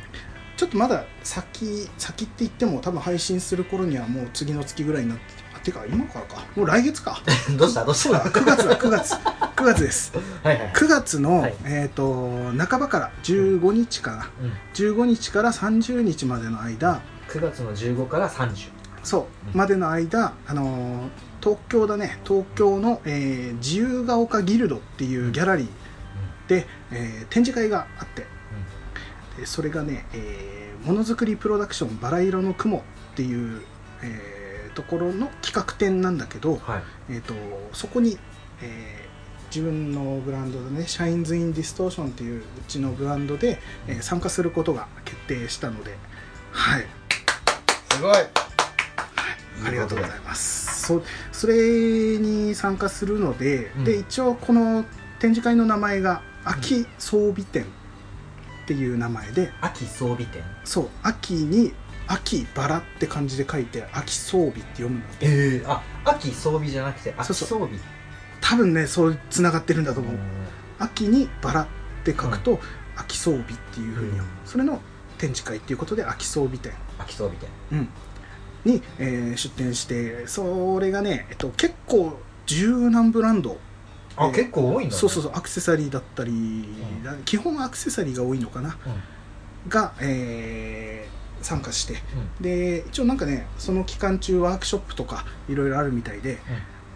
[SPEAKER 1] ちょっとまだ先先って言っても多分配信する頃にはもう次の月ぐらいになってあてか今からかもう来月か
[SPEAKER 2] どうしたどうし
[SPEAKER 1] そう
[SPEAKER 2] た
[SPEAKER 1] だ9月だ9月9月です
[SPEAKER 2] はいはいはい
[SPEAKER 1] 9月の、
[SPEAKER 2] はい
[SPEAKER 1] えー、と半ばから15日かな、
[SPEAKER 2] うん
[SPEAKER 1] 15日から30日までの間
[SPEAKER 2] 9月の15から30
[SPEAKER 1] そううんまでの間、あのー東京だね東京の、えー自由が丘ギルドっていうギャラリーで、えー展示会があってでそれがね、えーものづくりプロダクションバラ色の雲っていう、えーところの企画展なんだけど、
[SPEAKER 2] はい
[SPEAKER 1] えー、とそこに、えー自分のブランドでねシャインズ・イン・ディストーションっていううちのブランドで、えー参加することが決定したのではい
[SPEAKER 2] すごい
[SPEAKER 1] ありがとうございますそそれに参加するので、
[SPEAKER 2] うん
[SPEAKER 1] で一応この展示会の名前が秋装備展っていう名前で
[SPEAKER 2] 秋装備店
[SPEAKER 1] そう秋に秋バラって感じで書いて秋装備って読むの
[SPEAKER 2] ええあ秋装備じゃなくて
[SPEAKER 1] そ
[SPEAKER 2] 秋
[SPEAKER 1] うそう
[SPEAKER 2] 装備う
[SPEAKER 1] 多分ねそうつながってるんだと思う、
[SPEAKER 2] ん
[SPEAKER 1] 秋にバラって書くと、秋装備っていうふうに、
[SPEAKER 2] うん
[SPEAKER 1] それの展示会っていうことで秋装備展、
[SPEAKER 2] 秋装備店
[SPEAKER 1] うんに、えー出展してそれがね、えっと、結構十何ブランド
[SPEAKER 2] あ、
[SPEAKER 1] えー
[SPEAKER 2] 結構多いんだ、ね、
[SPEAKER 1] そうそうそうアクセサリーだったり、基本はアクセサリーが多いのかな
[SPEAKER 2] うん、うん
[SPEAKER 1] が、えー参加してで一応なんかねその期間中ワークショップとかいろいろあるみたいで、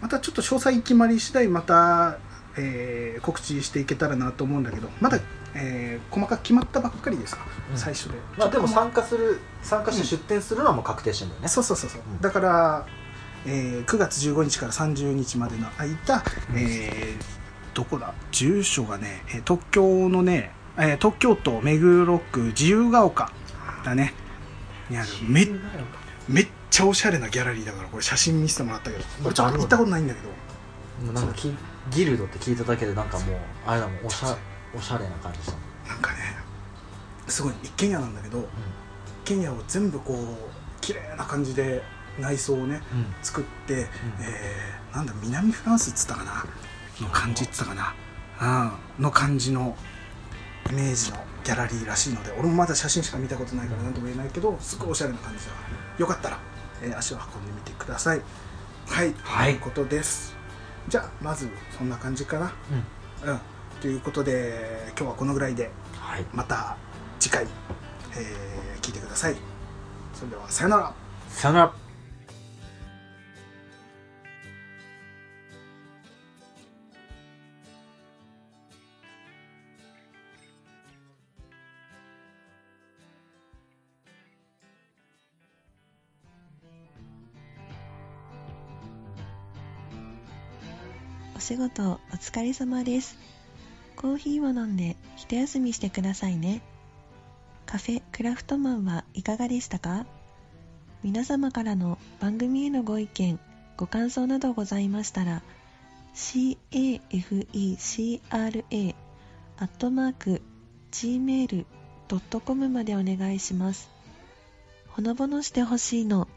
[SPEAKER 1] またちょっと詳細決まり次第また、えー告知していけたらなと思うんだけどまだ、えー細かく決まったばっかりですか、
[SPEAKER 2] うん
[SPEAKER 1] 最初で、
[SPEAKER 2] まあでも
[SPEAKER 1] ちょっ
[SPEAKER 2] 参加する参加して出店するのはもう確定してるんだよ
[SPEAKER 1] と
[SPEAKER 2] ね、
[SPEAKER 1] そうそうそうそう、
[SPEAKER 2] うん
[SPEAKER 1] だから、えー9月15日から30日までの間、えーどこだ住所がねえー東京のね、えー東京都目黒区自由が丘だねにあるめめっちゃおしゃれなギャラリーだからこれ写真見せてもらったけど俺ちょっと行ったことないんだけど
[SPEAKER 2] もうなんかきギルドって聞いただけでなんかもうあれだもんおしゃおしゃれな感じしたもん
[SPEAKER 1] なんかねすごい一軒家なんだけど、一軒家を全部こう綺麗な感じで内装をね
[SPEAKER 2] うん
[SPEAKER 1] 作って、えーなんだ南フランスっつったかなの感じっつったかな、うん、の感じのイメージのギャラリーらしいので俺もまだ写真しか見たことないから何とも言えないけどすごいおしゃれな感じだからよかったら、えー足を運んでみてくださいはい、
[SPEAKER 2] はい
[SPEAKER 1] ということですじゃあまずそんな感じかな
[SPEAKER 2] うん
[SPEAKER 1] うんということで今日はこのぐらいで
[SPEAKER 2] はい
[SPEAKER 1] また次回、えー聞いてくださいそれではさよなら
[SPEAKER 2] さよなら
[SPEAKER 3] お仕事お疲れ様です。コーヒーを飲んで一休みしてくださいね。カフェクラフトマンはいかがでしたか皆様からの番組へのご意見、ご感想などございましたら、cafecra.gmail.com までお願いします。ほのぼのしてほしいの